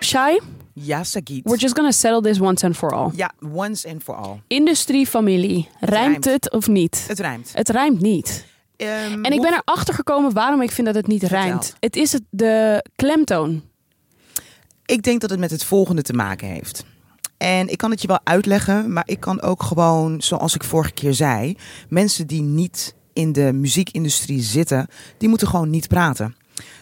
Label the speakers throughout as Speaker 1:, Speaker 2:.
Speaker 1: Shai,
Speaker 2: Ja, Sagiet.
Speaker 1: we're just gonna settle this once and for all.
Speaker 2: Ja, once and for all.
Speaker 1: Industriefamilie, rijmt
Speaker 2: rijmt.
Speaker 1: het of niet?
Speaker 2: Het rijmt.
Speaker 1: Het rijmt niet.
Speaker 2: Ehm,
Speaker 1: En ik ben erachter gekomen waarom ik vind dat het niet
Speaker 2: Vertel.
Speaker 1: rijmt. Het is het, de klemtoon.
Speaker 2: Ik denk dat het met het volgende te maken heeft. En ik kan het je wel uitleggen, maar ik kan ook gewoon, zoals ik vorige keer zei, mensen die niet in de muziekindustrie zitten, die moeten gewoon niet praten.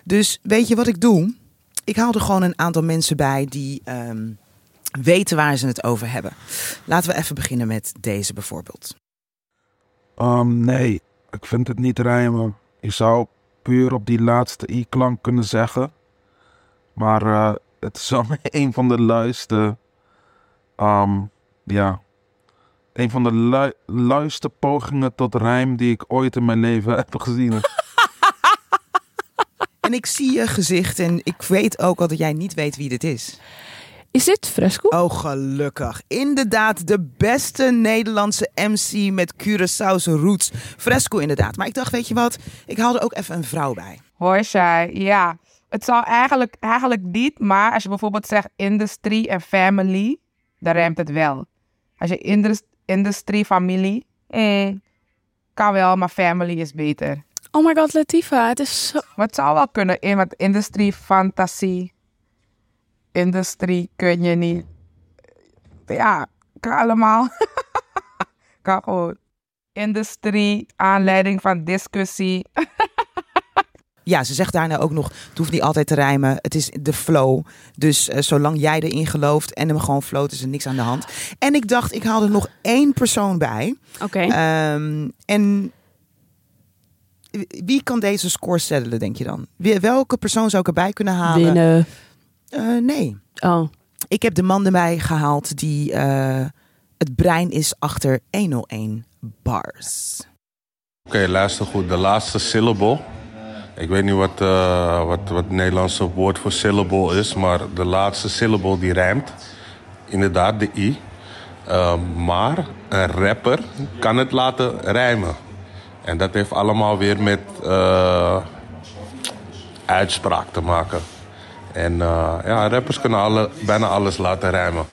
Speaker 2: Dus weet je wat ik doe? Ik haal er gewoon een aantal mensen bij die ehm, weten waar ze het over hebben. Laten we even beginnen met deze bijvoorbeeld.
Speaker 3: Um, nee, ik vind het niet rijmen. Je zou puur op die laatste i-klank kunnen zeggen. Maar eh, het is wel een van de luiste. ehm, ja. Een van de lui, luiste pogingen tot rijm die ik ooit in mijn leven heb gezien.
Speaker 2: En ik zie je gezicht en ik weet ook al dat jij niet weet wie dit is.
Speaker 1: Is dit fresco?
Speaker 2: Oh, gelukkig. Inderdaad, de beste Nederlandse MC met Curaçaose roots. Fresco inderdaad. Maar ik dacht, weet je wat? Ik haal er ook even een vrouw bij.
Speaker 4: Hoor zij, ja. Het zou eigenlijk, eigenlijk niet, maar als je bijvoorbeeld zegt industrie en family, dan rijmt het wel. Als je indus- industrie, familie, mm, kan wel, maar family is beter.
Speaker 1: Oh my god, Latifa, het is zo...
Speaker 4: Maar het zou wel kunnen in, want industrie, fantasie, industrie kun je niet. Ja, kan allemaal. kan gewoon. Industrie, aanleiding van discussie.
Speaker 2: Ja, ze zegt daarna ook nog, het hoeft niet altijd te rijmen. Het is de flow. Dus eh, zolang jij erin gelooft en hem gewoon float, is er niks aan de hand. En ik dacht, ik haal er nog één persoon bij.
Speaker 1: Oké.
Speaker 2: Ehm, en wie kan deze score settelen, denk je dan? Wie- Welke persoon zou ik erbij kunnen halen?
Speaker 1: Winnen.
Speaker 2: Eh, nee.
Speaker 1: Oh.
Speaker 2: Ik heb de man erbij gehaald die eh, het brein is achter 101 bars.
Speaker 5: Oké, luister goed. De laatste syllabel. Ik weet niet wat, eh, wat, wat het Nederlandse woord voor syllabel is, maar de laatste syllabel die rijmt. Inderdaad, de i. Eh, maar een rapper kan het laten rijmen. En dat heeft allemaal weer met eh, uitspraak te maken. En eh, ja, rappers kunnen alle, bijna alles laten rijmen.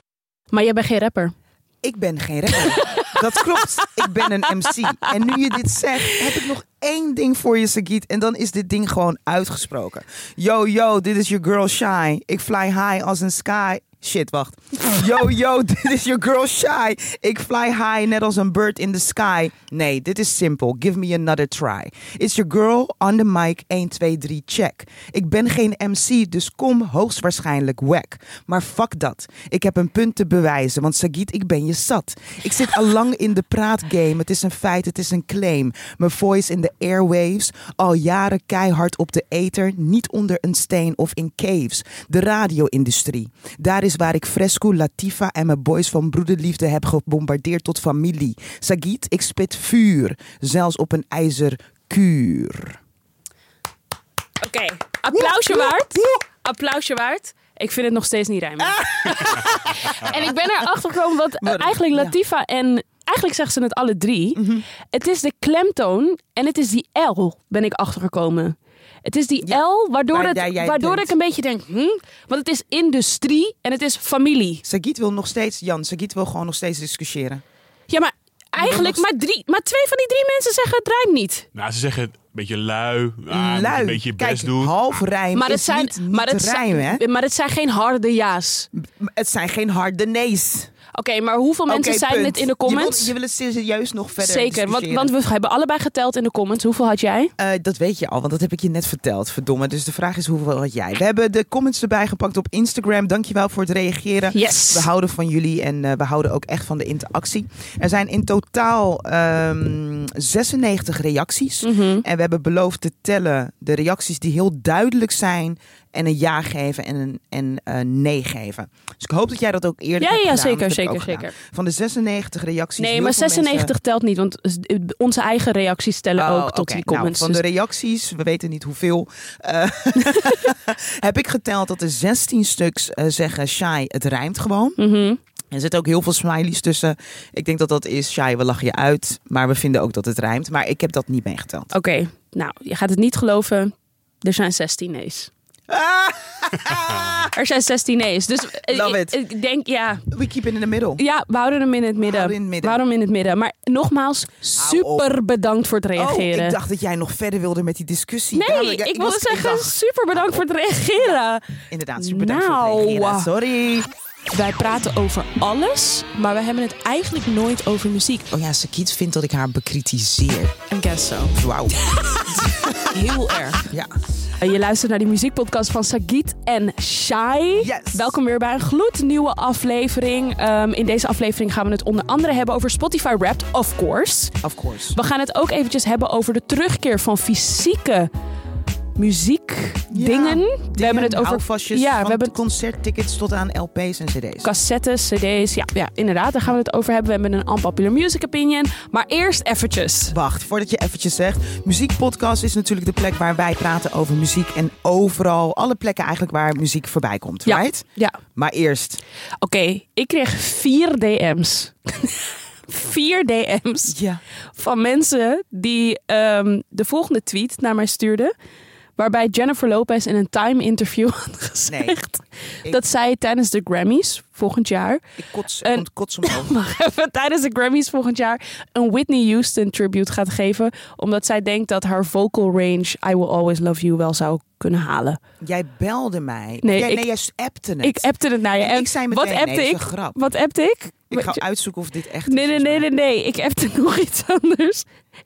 Speaker 1: Maar jij bent geen rapper.
Speaker 2: Ik ben geen rapper. Dat klopt. Ik ben een MC. En nu je dit zegt, heb ik nog één ding voor je, Sagiet. En dan is dit ding gewoon uitgesproken. Yo, yo, dit is your girl Shy. Ik fly high als een sky. Shit, wacht. Yo, yo, dit is your girl Shy. Ik fly high net als een bird in the sky. Nee, dit is simpel. Give me another try. It's your girl on the mic. 1, 2, 3, check. Ik ben geen MC, dus kom hoogstwaarschijnlijk wack. Maar fuck dat. Ik heb een punt te bewijzen, want Sagiet, ik ben je zat. Ik zit al lang in de praatgame. Het is een feit, het is een claim. Mijn voice in de airwaves. Al jaren keihard op de ether. Niet onder een steen of in caves. De radio-industrie. Daar is waar ik Fresco, Latifa en mijn boys van broederliefde heb gebombardeerd tot familie. Sagiet, ik spit vuur. Zelfs op een ijzerkuur.
Speaker 1: Oké, applausje waard. Applausje waard. Ik vind het nog steeds niet rijmen.
Speaker 2: Ah.
Speaker 1: en ik ben erachter gekomen dat eh,
Speaker 2: Maar,
Speaker 1: eigenlijk
Speaker 2: ja.
Speaker 1: Latifa en... Eigenlijk zeggen ze het alle drie.
Speaker 2: Mhm.
Speaker 1: Het is de klemtoon en het is die L, ben ik achtergekomen. Het is die
Speaker 2: Ja,
Speaker 1: L waardoor,
Speaker 2: waar
Speaker 1: het,
Speaker 2: jij- jij
Speaker 1: waardoor
Speaker 2: bent.
Speaker 1: ik een beetje denk... Hm? Want het is industrie en het is familie.
Speaker 2: Sagiet wil nog steeds, Jan, Sagiet wil gewoon nog steeds discussiëren.
Speaker 1: Ja, maar eigenlijk maar, drie, maar twee van die drie mensen zeggen het rijmt niet.
Speaker 6: Nou, ze zeggen een beetje lui. ah, moet
Speaker 2: Lui.
Speaker 6: Een beetje je
Speaker 2: Kijk,
Speaker 6: best doen.
Speaker 2: half rijm
Speaker 1: Maar
Speaker 2: is
Speaker 1: het, zijn,
Speaker 2: niet, niet
Speaker 1: maar, het
Speaker 2: rijm, hè?
Speaker 1: zijn, maar het zijn geen harde ja's.
Speaker 2: Het zijn geen harde nee's.
Speaker 1: Oké, maar hoeveel mensen
Speaker 2: Oké,
Speaker 1: zijn
Speaker 2: punt.
Speaker 1: het in de
Speaker 2: Je
Speaker 1: comments?
Speaker 2: wil, je wil het serieus nog verder
Speaker 1: Zeker, want,
Speaker 2: discussiëren.
Speaker 1: want we hebben allebei geteld in de comments. Hoeveel had jij?
Speaker 2: Eh, dat weet je al, want dat heb ik je net verteld. Verdomme. Dus de vraag is hoeveel had jij? We hebben de comments erbij gepakt op Instagram. Dankjewel voor het reageren.
Speaker 1: Yes.
Speaker 2: We houden van jullie en eh, we houden ook echt van de interactie. Er zijn in totaal ehm, 96 reacties. En we hebben beloofd te tellen de reacties die heel duidelijk zijn. En een ja geven en een en, een nee geven. Dus ik hoop dat jij dat ook eerder
Speaker 1: Ja,
Speaker 2: hebt
Speaker 1: ja,
Speaker 2: gedaan, want
Speaker 1: zeker,
Speaker 2: dat heb
Speaker 1: zeker,
Speaker 2: ik ook gedaan.
Speaker 1: zeker.
Speaker 2: Van de 96 reacties.
Speaker 1: Nee,
Speaker 2: heel
Speaker 1: maar
Speaker 2: veel mensen-
Speaker 1: 96 telt niet, want eh, onze eigen reacties tellen
Speaker 2: Oh,
Speaker 1: ook tot
Speaker 2: oké.
Speaker 1: die
Speaker 2: Nou,
Speaker 1: comments.
Speaker 2: van
Speaker 1: dus-
Speaker 2: de reacties, we weten niet hoeveel, eh, heb ik geteld dat er 16 stuks eh, zeggen Shai, het rijmt gewoon.
Speaker 1: Mhm.
Speaker 2: Er zitten ook heel veel smileys tussen. Ik denk dat dat is, Shai, we lachen je uit, maar we vinden ook dat het rijmt. Maar ik heb dat niet meegeteld.
Speaker 1: Oké, nou, je gaat het niet geloven. Er zijn 16 nee's. Er zijn 16 nee's. Dus eh,
Speaker 2: Love
Speaker 1: ik,
Speaker 2: it.
Speaker 1: ik denk, ja,
Speaker 2: We keep it in the middle.
Speaker 1: ja, we houden hem in het midden.
Speaker 2: Houden in het midden.
Speaker 1: Waarom in het midden? Maar nogmaals,
Speaker 2: op.
Speaker 1: super bedankt voor het reageren.
Speaker 2: Oh, ik dacht dat jij nog verder wilde met die discussie.
Speaker 1: Nee,
Speaker 2: Daarom- ja,
Speaker 1: ik,
Speaker 2: was-
Speaker 1: wilde zeggen,
Speaker 2: dacht-
Speaker 1: super bedankt voor het reageren.
Speaker 2: inderdaad, super bedankt voor
Speaker 1: Nou.
Speaker 2: het reageren. Sorry.
Speaker 1: Wij praten over alles, maar we hebben het eigenlijk nooit over muziek.
Speaker 2: Oh ja, Sakiet vindt dat ik haar bekritiseer.
Speaker 1: En guess so.
Speaker 2: Wauw.
Speaker 1: Heel erg.
Speaker 2: Ja.
Speaker 1: En Je luistert naar die muziekpodcast van Sagit en Shai.
Speaker 2: Yes.
Speaker 1: Welkom weer bij een gloednieuwe aflevering. Ehm, in deze aflevering gaan we het onder andere hebben over Spotify Wrapped, of course.
Speaker 2: Of course.
Speaker 1: We gaan het ook eventjes hebben over de terugkeer van fysieke muziekdingen. we hebben het over
Speaker 2: vastjes
Speaker 1: ja,
Speaker 2: van
Speaker 1: we hebben
Speaker 2: concerttickets tot aan LP's en CD's.
Speaker 1: cassettes, cd's. Ja, ja, inderdaad, daar gaan we het over hebben. We hebben een unpopular music opinion. Maar eerst eventjes.
Speaker 2: Wacht, voordat je eventjes zegt. Muziekpodcast is natuurlijk de plek waar wij praten over muziek. En overal, alle plekken eigenlijk waar muziek voorbij komt,
Speaker 1: Ja.
Speaker 2: right?
Speaker 1: Ja,
Speaker 2: Maar eerst.
Speaker 1: oké. Ik kreeg vier DM's. vier DM's.
Speaker 2: Ja.
Speaker 1: van mensen die ehm, de volgende tweet naar mij stuurden. Waarbij Jennifer Lopez in een Time interview had gezegd
Speaker 2: ik-
Speaker 1: dat zij tijdens de Grammys volgend jaar.
Speaker 2: Ik kots,
Speaker 1: En-
Speaker 2: en... kots omhoog.
Speaker 1: Wacht even, tijdens de Grammys volgend jaar een Whitney Houston tribute gaat geven. Omdat zij denkt dat haar vocal range I Will Always Love You wel zou kunnen halen.
Speaker 2: jij belde mij.
Speaker 1: Nee,
Speaker 2: jij,
Speaker 1: ik-
Speaker 2: nee jij appte het.
Speaker 1: Ik appte het naar je.
Speaker 2: En
Speaker 1: En
Speaker 2: ik zei
Speaker 1: wat
Speaker 2: meteen,
Speaker 1: appte
Speaker 2: nee, het is
Speaker 1: ik?
Speaker 2: een grap.
Speaker 1: Wat appte ik?
Speaker 2: Ik ga uitzoeken of dit echt
Speaker 1: Nee,
Speaker 2: is,
Speaker 1: nee, nee, nee, nee. Ik appte nog iets anders.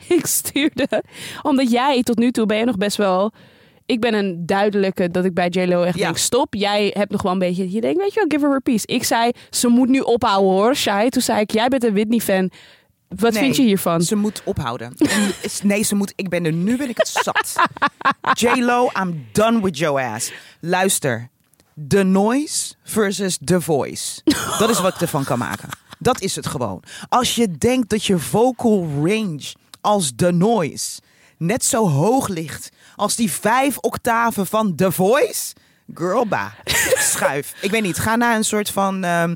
Speaker 1: Ik stuurde. Omdat jij tot nu toe ben je nog best wel. Ik ben een duidelijke dat ik bij JLo echt
Speaker 2: Ja.
Speaker 1: denk: stop. Jij hebt nog wel een beetje. Je denkt, weet je wel, give her a peace. Ik zei: ze moet nu ophouden hoor, Shai. Toen zei ik: jij bent een Whitney-fan. Wat
Speaker 2: Nee,
Speaker 1: vind je hiervan?
Speaker 2: Ze moet ophouden. En is- nee, ze moet. Ik ben er nu ben ik het zat. J-Lo, I'm done with your ass. Luister. The Noise versus The Voice. Dat is wat ik ervan kan maken. Dat is het gewoon. Als je denkt dat je vocal range als The Noise net zo hoog ligt als die vijf octaven van The Voice. Girlba, schuif. Ik weet niet, ga naar een soort van ehm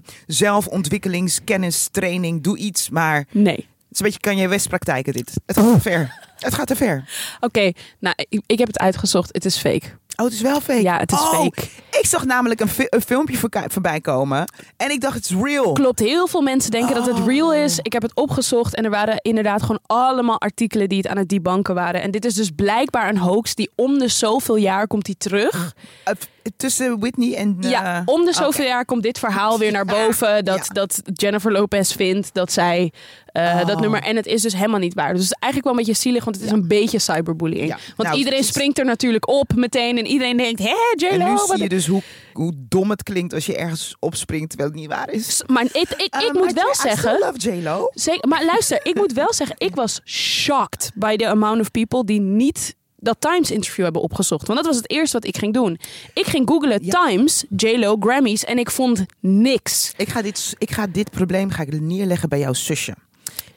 Speaker 2: zelfontwikkelingskennistraining. Doe iets, maar
Speaker 1: Nee.
Speaker 2: het is een beetje kan je westpraktijken dit. Het
Speaker 1: Oh.
Speaker 2: gaat te ver. Het gaat te ver.
Speaker 1: Oké, nou, ik, ik heb het uitgezocht. Het is fake.
Speaker 2: Oh, het is wel fake.
Speaker 1: Ja, het is
Speaker 2: Oh,
Speaker 1: fake.
Speaker 2: Ik zag namelijk een, fi- een filmpje voorka- voorbij komen. En ik dacht, het is real.
Speaker 1: Klopt, heel veel mensen denken dat
Speaker 2: Oh.
Speaker 1: het real is. Ik heb het opgezocht en er waren inderdaad gewoon allemaal artikelen die het aan het debanken waren. En dit is dus blijkbaar een hoax die om de zoveel jaar komt die terug.
Speaker 2: Eh, f- tussen Whitney en... eh,
Speaker 1: ja, om de zoveel
Speaker 2: oké. Ah,
Speaker 1: jaar komt dit verhaal weer naar boven. Dat,
Speaker 2: Ja.
Speaker 1: dat Jennifer Lopez vindt dat zij eh,
Speaker 2: Oh.
Speaker 1: dat nummer... En het is dus helemaal niet waar. Dus het is eigenlijk wel een beetje zielig, want het is een beetje cyberbullying.
Speaker 2: Ja.
Speaker 1: Want
Speaker 2: Nou,
Speaker 1: iedereen
Speaker 2: precies.
Speaker 1: springt er natuurlijk op meteen. En iedereen denkt, hé,
Speaker 2: En
Speaker 1: J-Lo,
Speaker 2: nu
Speaker 1: wat
Speaker 2: zie je dus hoe, hoe dom het klinkt als je ergens opspringt terwijl het niet waar is.
Speaker 1: Maar ik, ik, ik
Speaker 2: dus Eh,
Speaker 1: moet
Speaker 2: maar
Speaker 1: wel
Speaker 2: I still
Speaker 1: zeggen...
Speaker 2: love J-Lo.
Speaker 1: Zeker, maar luister, ik moet wel zeggen, ik was shocked by the amount of people die niet dat Times interview hebben opgezocht. Want dat was het eerste wat ik ging doen. Ik ging googlen Times, JLo, Grammys en ik vond niks.
Speaker 2: Ik ga dit, s- ik ga dit probleem ga ik neerleggen bij jouw zusje.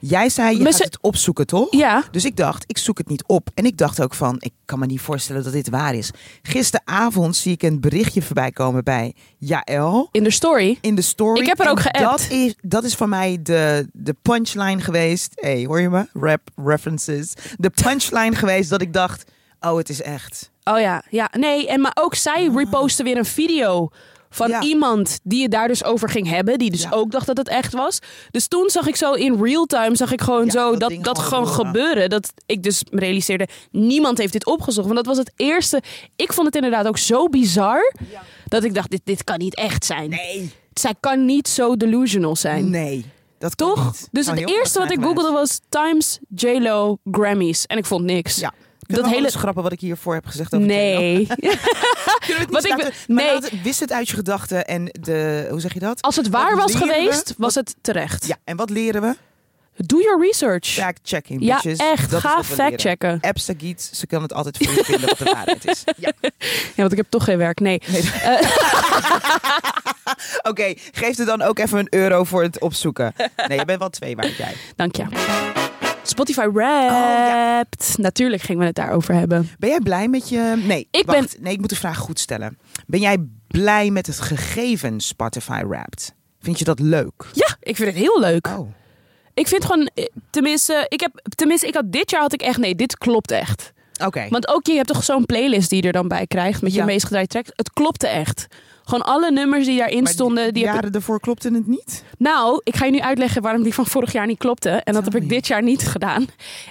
Speaker 2: Jij zei, je
Speaker 1: Mijn
Speaker 2: gaat
Speaker 1: zu-
Speaker 2: het opzoeken, toch?
Speaker 1: Ja.
Speaker 2: Dus ik dacht, ik zoek het niet op. En ik dacht ook van, ik kan me niet voorstellen dat dit waar is. Gisteravond zie ik een berichtje voorbij komen bij Jaël.
Speaker 1: In de story.
Speaker 2: In de story.
Speaker 1: Ik heb er ook
Speaker 2: En
Speaker 1: geappt.
Speaker 2: Dat is, dat is voor mij de, de punchline geweest. hey, hoor je me? Rap references. De punchline geweest dat ik dacht, oh, het is echt.
Speaker 1: Oh ja, ja. Nee, en maar ook zij repostte weer een video van
Speaker 2: Ah. Ja.
Speaker 1: iemand die het daar dus over ging hebben. Die dus
Speaker 2: Ja.
Speaker 1: ook dacht dat het echt was. Dus toen zag ik zo in real time, zag ik gewoon
Speaker 2: Ja,
Speaker 1: zo
Speaker 2: dat
Speaker 1: dat, dat,
Speaker 2: ding
Speaker 1: gewoon
Speaker 2: gewoon gebeuren.
Speaker 1: gebeuren. Dat ik dus me realiseerde, niemand heeft dit opgezocht. Want dat was het eerste. Ik vond het inderdaad ook zo bizar. Dat ik dacht, dit, dit kan niet echt zijn.
Speaker 2: Nee.
Speaker 1: Zij kan niet zo delusional zijn.
Speaker 2: Nee. Dat kan
Speaker 1: Toch?
Speaker 2: niet.
Speaker 1: Dus
Speaker 2: Zou
Speaker 1: het
Speaker 2: heel erg
Speaker 1: eerste wat
Speaker 2: zijn
Speaker 1: ik
Speaker 2: geweest.
Speaker 1: googelde was Times, JLo, Grammys. En ik vond niks.
Speaker 2: Ja.
Speaker 1: Dat hele...
Speaker 2: grappen wat ik hiervoor heb gezegd over J-Lo?
Speaker 1: Nee.
Speaker 2: Kunnen we
Speaker 1: Wat
Speaker 2: het
Speaker 1: ik
Speaker 2: niet
Speaker 1: be-
Speaker 2: laten- maar
Speaker 1: nee.
Speaker 2: laat- wist het uit je gedachten en de... Hoe zeg je dat?
Speaker 1: Als het waar
Speaker 2: Wat
Speaker 1: was
Speaker 2: leren we?
Speaker 1: geweest, was het terecht.
Speaker 2: Ja, en wat leren we?
Speaker 1: Doe your research.
Speaker 2: Fact-checking,
Speaker 1: Ja,
Speaker 2: bitches.
Speaker 1: echt.
Speaker 2: Dat is
Speaker 1: Ga
Speaker 2: wat we leren.
Speaker 1: factchecken.
Speaker 2: App Sagiet, ze kan het altijd voor je vinden wat de waarheid is. Ja.
Speaker 1: Ja, want ik heb toch geen werk. Nee.
Speaker 2: Nee.
Speaker 1: Eh.
Speaker 2: Oké, geef er dan ook even een euro voor het opzoeken. Nee, je bent wel twee waard jij.
Speaker 1: Dank je. Spotify
Speaker 2: Oh,
Speaker 1: Wrapped. Natuurlijk gingen we het daarover hebben.
Speaker 2: Ben jij blij met je... Nee,
Speaker 1: Ik
Speaker 2: wacht. Nee, ik moet de vraag goed stellen. Ben jij blij met het gegeven Spotify Wrapped? Vind je dat leuk?
Speaker 1: Ja, ik vind het heel leuk.
Speaker 2: Oh.
Speaker 1: Ik vind gewoon, eh, tenminste ik, heb, tenminste, ik had dit jaar had ik echt, nee, dit klopt echt.
Speaker 2: Oké.
Speaker 1: Want ook je hebt toch zo'n playlist die je er dan bij krijgt met
Speaker 2: Ja.
Speaker 1: je meest gedraaide tracks. Het klopte echt. Gewoon alle nummers die daarin
Speaker 2: Maar
Speaker 1: stonden. Die
Speaker 2: de
Speaker 1: heb ik-
Speaker 2: jaren ervoor klopte het niet.
Speaker 1: Nou, ik ga je nu uitleggen waarom die van vorig jaar niet klopte. En dat
Speaker 2: Tell
Speaker 1: heb ik
Speaker 2: me.
Speaker 1: dit jaar niet gedaan.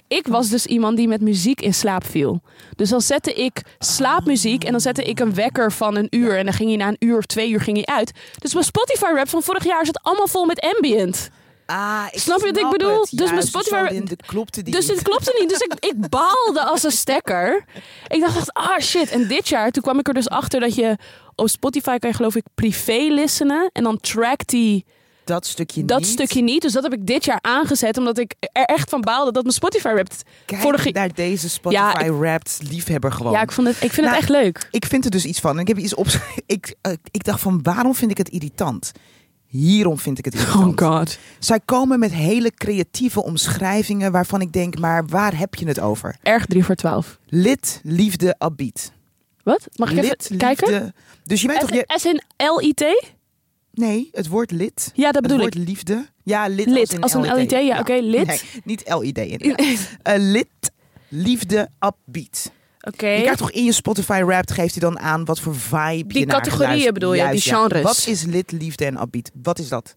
Speaker 1: Ik was dus iemand die met muziek in slaap viel. Dus dan zette ik slaapmuziek en dan zette ik een wekker van een uur. En dan ging hij na een uur of twee uur ging hij uit. Dus mijn Spotify-rap van vorig jaar zat allemaal vol met ambient.
Speaker 2: Ah, ik
Speaker 1: Snap je wat ik bedoel? Dus mijn Spotify-
Speaker 2: Dit klopte die
Speaker 1: Dus
Speaker 2: niet.
Speaker 1: het klopte niet. Dus ik, ik baalde als een stekker. Ik dacht echt, ah shit. En dit jaar, toen kwam ik er dus achter dat je op Spotify kan je geloof ik privé listenen. En dan trackt die
Speaker 2: dat stukje
Speaker 1: dat
Speaker 2: niet.
Speaker 1: stukje niet. Dus dat heb ik dit jaar aangezet. Omdat ik er echt van baalde dat mijn Spotify rapt.
Speaker 2: Kijk
Speaker 1: vorige-
Speaker 2: naar deze Spotify Wrapped liefhebber gewoon.
Speaker 1: Ja, ik, vond het, ik vind
Speaker 2: Nou,
Speaker 1: het echt leuk.
Speaker 2: Ik vind er dus iets van. En ik heb iets op. Ik, eh, ik dacht van waarom vind ik het irritant? Hierom vind ik het irritant.
Speaker 1: Oh god.
Speaker 2: Zij komen met hele creatieve omschrijvingen waarvan ik denk, maar waar heb je het over?
Speaker 1: Erg 3 voor 12.
Speaker 2: Lid, liefde, abiet.
Speaker 1: Wat? Mag ik even
Speaker 2: Lid,
Speaker 1: kijken?
Speaker 2: liefde. Dus je weet toch,
Speaker 1: S,
Speaker 2: je,
Speaker 1: S in L-I-T?
Speaker 2: nee, het woord lid.
Speaker 1: Ja, dat
Speaker 2: Het
Speaker 1: bedoel
Speaker 2: woord
Speaker 1: ik.
Speaker 2: liefde. Ja, lid,
Speaker 1: Lid,
Speaker 2: als
Speaker 1: als een
Speaker 2: in LID.
Speaker 1: LID, ja, oké, lid.
Speaker 2: Nee, niet LID inderdaad. Eh, lid, liefde, upbeat. Je
Speaker 1: Oké.
Speaker 2: krijgt toch in je Spotify rap geeft hij dan aan wat voor vibe
Speaker 1: Die
Speaker 2: je naar
Speaker 1: categorieën
Speaker 2: geluisterd-
Speaker 1: bedoel je, die
Speaker 2: Juist, ja.
Speaker 1: genres.
Speaker 2: Wat is lid, liefde en upbeat? Wat is dat?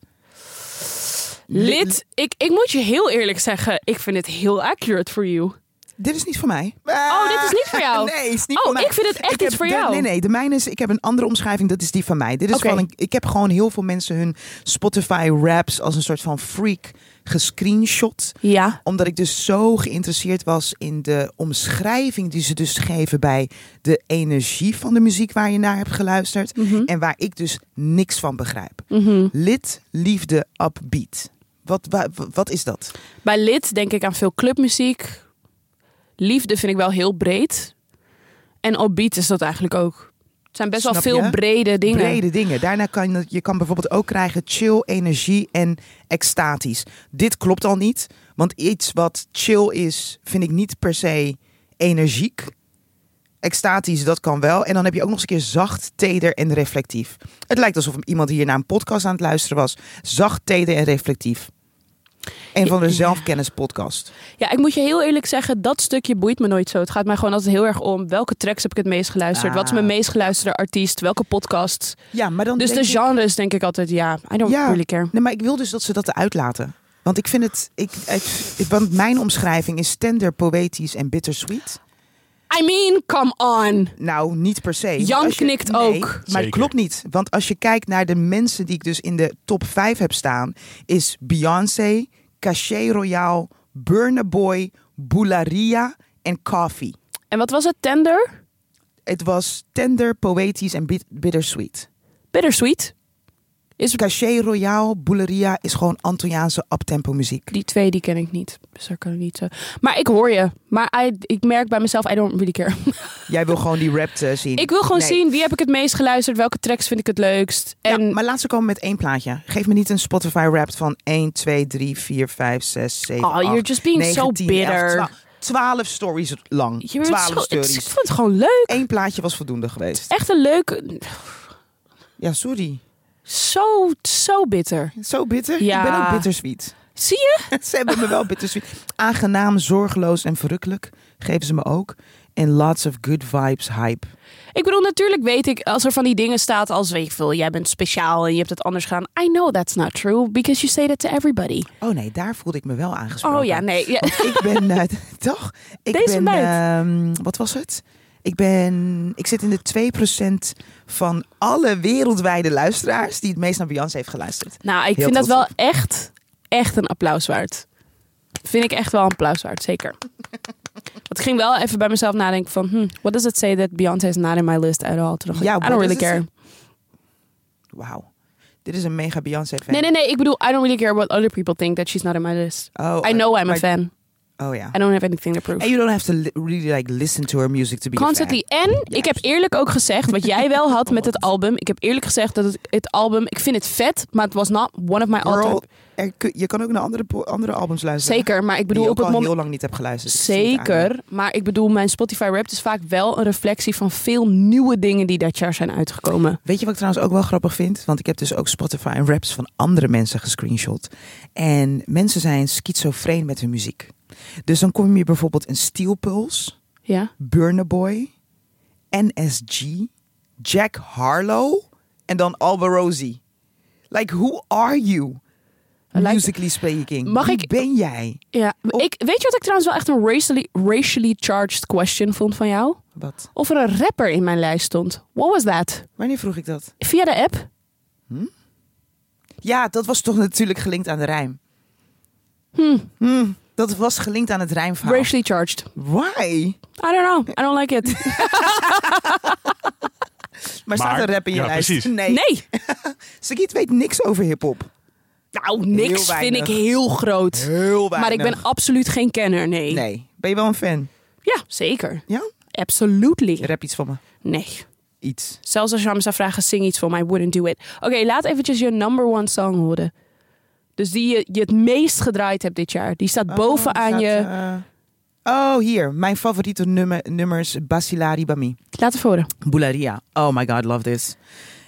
Speaker 1: Lid. Ik, ik moet je heel eerlijk zeggen, ik vind het heel accurate for you.
Speaker 2: Dit is niet voor mij.
Speaker 1: Oh, dit is niet voor jou?
Speaker 2: Nee, is niet
Speaker 1: Oh,
Speaker 2: voor mij.
Speaker 1: ik vind het echt
Speaker 2: Ik heb
Speaker 1: iets voor
Speaker 2: de-
Speaker 1: jou.
Speaker 2: Nee, nee, de mijne is, ik heb een andere omschrijving, dat is die van mij. Dit is
Speaker 1: Oké.
Speaker 2: van een, ik heb gewoon heel veel mensen hun Spotify raps als een soort van freak gescreenshot.
Speaker 1: Ja.
Speaker 2: Omdat ik dus zo geïnteresseerd was in de omschrijving die ze dus geven bij de energie van de muziek waar je naar hebt geluisterd.
Speaker 1: Mhm,
Speaker 2: En waar ik dus niks van begrijp. Lid, liefde, upbeat. Wat, wa- wa- wat is dat?
Speaker 1: Bij lid denk ik aan veel clubmuziek. Liefde vind ik wel heel breed. En op beat is dat eigenlijk ook. Het zijn best wel
Speaker 2: Snap
Speaker 1: veel
Speaker 2: je?
Speaker 1: brede dingen.
Speaker 2: Brede dingen. Daarna kan je, je kan bijvoorbeeld ook krijgen chill, energie en extatisch. Dit klopt al niet, want iets wat chill is, vind ik niet per se energiek. Extatisch, dat kan wel. En dan heb je ook nog eens een keer zacht, teder en reflectief. Het lijkt alsof iemand hier naar een podcast aan het luisteren was. Zacht, teder en reflectief. Een van de
Speaker 1: Ja.
Speaker 2: zelfkennis podcast.
Speaker 1: Ja, ik moet je heel eerlijk zeggen, dat stukje boeit me nooit zo. Het gaat mij gewoon altijd heel erg om welke tracks heb ik het meest geluisterd.
Speaker 2: Ah.
Speaker 1: Wat is mijn meest geluisterde artiest? Welke podcast?
Speaker 2: Ja, maar dan
Speaker 1: Dus de genres denk ik altijd, ja, I don't
Speaker 2: Ja.
Speaker 1: Oh, really care.
Speaker 2: Nee, maar ik wil dus dat ze dat eruit laten. Want ik vind het, ik, ik- ik- want mijn omschrijving is tender, poëtisch en bittersweet.
Speaker 1: I mean, come on.
Speaker 2: Nou, niet per se. Want
Speaker 1: Jan
Speaker 2: als je-
Speaker 1: knikt
Speaker 2: nee,
Speaker 1: ook.
Speaker 2: Maar
Speaker 6: Zeker.
Speaker 2: het klopt niet. Want als je kijkt naar de mensen die ik dus in de top 5 heb staan, is Beyoncé, Caché Royale, Burna Boy, Boularia en Coffee.
Speaker 1: En wat was het? Tender?
Speaker 2: Het was tender, poëtisch en bit- bittersweet.
Speaker 1: Bittersweet? Is,
Speaker 2: Caché Royale, Boularia is gewoon Antilliaanse uptempo muziek.
Speaker 1: die twee die ken ik niet. Dus daar kan ik niet... eh, Maar ik hoor je. Maar I- ik merk bij mezelf, I don't really care.
Speaker 2: Jij wil gewoon die rap eh, zien.
Speaker 1: ik wil gewoon
Speaker 2: Nee.
Speaker 1: zien, wie heb ik het meest geluisterd? Welke tracks vind ik het leukst? En
Speaker 2: Ja, maar laat ze komen met één plaatje. Geef me niet een Spotify rap van 1, 2, 3, 4, 5, 6, 7,
Speaker 1: Oh,
Speaker 2: 8,
Speaker 1: you're just being
Speaker 2: 9,
Speaker 1: so
Speaker 2: 10,
Speaker 1: bitter.
Speaker 2: 11, 12, 12 stories lang.
Speaker 1: je
Speaker 2: 12
Speaker 1: bent zo, ik
Speaker 2: stories.
Speaker 1: vond het gewoon leuk.
Speaker 2: Eén plaatje was voldoende geweest.
Speaker 1: Echt een leuke...
Speaker 2: Ja, sorry.
Speaker 1: Zo, zo bitter.
Speaker 2: Zo bitter.
Speaker 1: Ja.
Speaker 2: Ik ben ook bittersweet.
Speaker 1: Zie je?
Speaker 2: ze hebben me wel bittersweet. Aangenaam, zorgeloos en verrukkelijk geven ze me ook. En lots of good vibes hype.
Speaker 1: Ik bedoel, natuurlijk weet ik, als er van die dingen staat als, weet ik veel, jij bent speciaal en je hebt het anders gedaan. I know that's not true, because you say that to everybody.
Speaker 2: Oh nee, daar voelde ik me wel aangesproken.
Speaker 1: Oh ja, nee. ja.
Speaker 2: ik ben eh, toch? Ik
Speaker 1: Deze
Speaker 2: ben,
Speaker 1: meid.
Speaker 2: ehm, wat was het? Ik ben, ik zit in de 2% van alle wereldwijde luisteraars die het meest naar Beyoncé heeft geluisterd.
Speaker 1: Nou, ik
Speaker 2: Heel
Speaker 1: vind dat
Speaker 2: trots
Speaker 1: wel
Speaker 2: op.
Speaker 1: echt, echt een applaus waard. Vind ik echt wel een applaus waard, zeker. Want ik ging wel even bij mezelf nadenken van, hmm, what does it say that Beyoncé is not in my list at all? Toen dacht ik,
Speaker 2: Ja,
Speaker 1: I
Speaker 2: what
Speaker 1: don't really
Speaker 2: does it
Speaker 1: care.
Speaker 2: say? Wauw. Dit is een mega Beyoncé fan.
Speaker 1: Nee, nee, nee, ik bedoel, I don't really care what other people think that she's not in my list.
Speaker 2: Oh,
Speaker 1: I
Speaker 2: eh,
Speaker 1: know I'm a
Speaker 2: maar-
Speaker 1: fan.
Speaker 2: Oh ja.
Speaker 1: I don't have anything to prove.
Speaker 2: And you don't have to li- really like listen to her music to be a fan.
Speaker 1: Constantly. En ik heb eerlijk ook gezegd, wat jij wel had met het album. Ik heb eerlijk gezegd dat het, het album, ik vind het vet, maar het was not one of my all-time.
Speaker 2: Girl, er kun- je kan ook naar andere, po- andere albums luisteren.
Speaker 1: Zeker, maar ik
Speaker 2: Die
Speaker 1: bedoel
Speaker 2: je
Speaker 1: op
Speaker 2: ook
Speaker 1: het
Speaker 2: al heel
Speaker 1: moment.
Speaker 2: lang niet hebt geluisterd. Dus ik zie het aan je.
Speaker 1: Zeker, maar ik bedoel, mijn Spotify rap is vaak wel een reflectie van veel nieuwe dingen die dat jaar zijn uitgekomen.
Speaker 2: Weet je wat ik trouwens ook wel grappig vind? Want ik heb dus ook Spotify en raps van andere mensen gescreenshot. En mensen zijn schizofreen met hun muziek. Dus dan kom je bijvoorbeeld een Steel Pulse
Speaker 1: Ja.
Speaker 2: Burna Boy, NSG, Jack Harlow en dan Alberosi. Like, who are you?
Speaker 1: Lijkt-
Speaker 2: Musically speaking.
Speaker 1: Mag
Speaker 2: Wie
Speaker 1: ik-
Speaker 2: ben jij?
Speaker 1: ja. Ik, weet je wat ik trouwens wel echt een racially, racially charged question vond van jou?
Speaker 2: Wat?
Speaker 1: Of er een rapper in mijn lijst stond. What was that?
Speaker 2: Wanneer vroeg ik dat?
Speaker 1: Via de app?
Speaker 2: Ja, dat was toch natuurlijk gelinkt aan de rijm. Hmm, dat was gelinkt aan het rijmverhaal.
Speaker 1: Racially charged.
Speaker 2: Why?
Speaker 1: I don't know. I don't like it.
Speaker 2: Maar, staat
Speaker 6: Maar-
Speaker 2: er rap in je
Speaker 6: ja,
Speaker 2: lijst?
Speaker 6: precies.
Speaker 2: Nee.
Speaker 1: Nee.
Speaker 2: Sagiet weet niks over hip-hop.
Speaker 1: Nou,
Speaker 2: Heel
Speaker 1: niks vind
Speaker 2: weinig.
Speaker 1: ik heel groot.
Speaker 2: Heel weinig.
Speaker 1: Maar ik ben absoluut geen kenner, nee.
Speaker 2: Nee. Ben je wel een fan?
Speaker 1: Ja, zeker.
Speaker 2: Ja?
Speaker 1: Absolutely.
Speaker 2: Rap iets van me.
Speaker 1: Nee.
Speaker 2: Iets.
Speaker 1: Zelfs als je aan me zou vragen, zing iets voor mij, I wouldn't do it. Oké, laat eventjes je number one song horen. Dus die je, je het meest gedraaid hebt dit jaar. Die staat Oh, bovenaan
Speaker 2: Oh, Staat,
Speaker 1: je...
Speaker 2: eh, oh, hier. Mijn favoriete nummer, nummers. Basilari Bami.
Speaker 1: Laat het horen.
Speaker 2: Bularia. Oh my god, love this.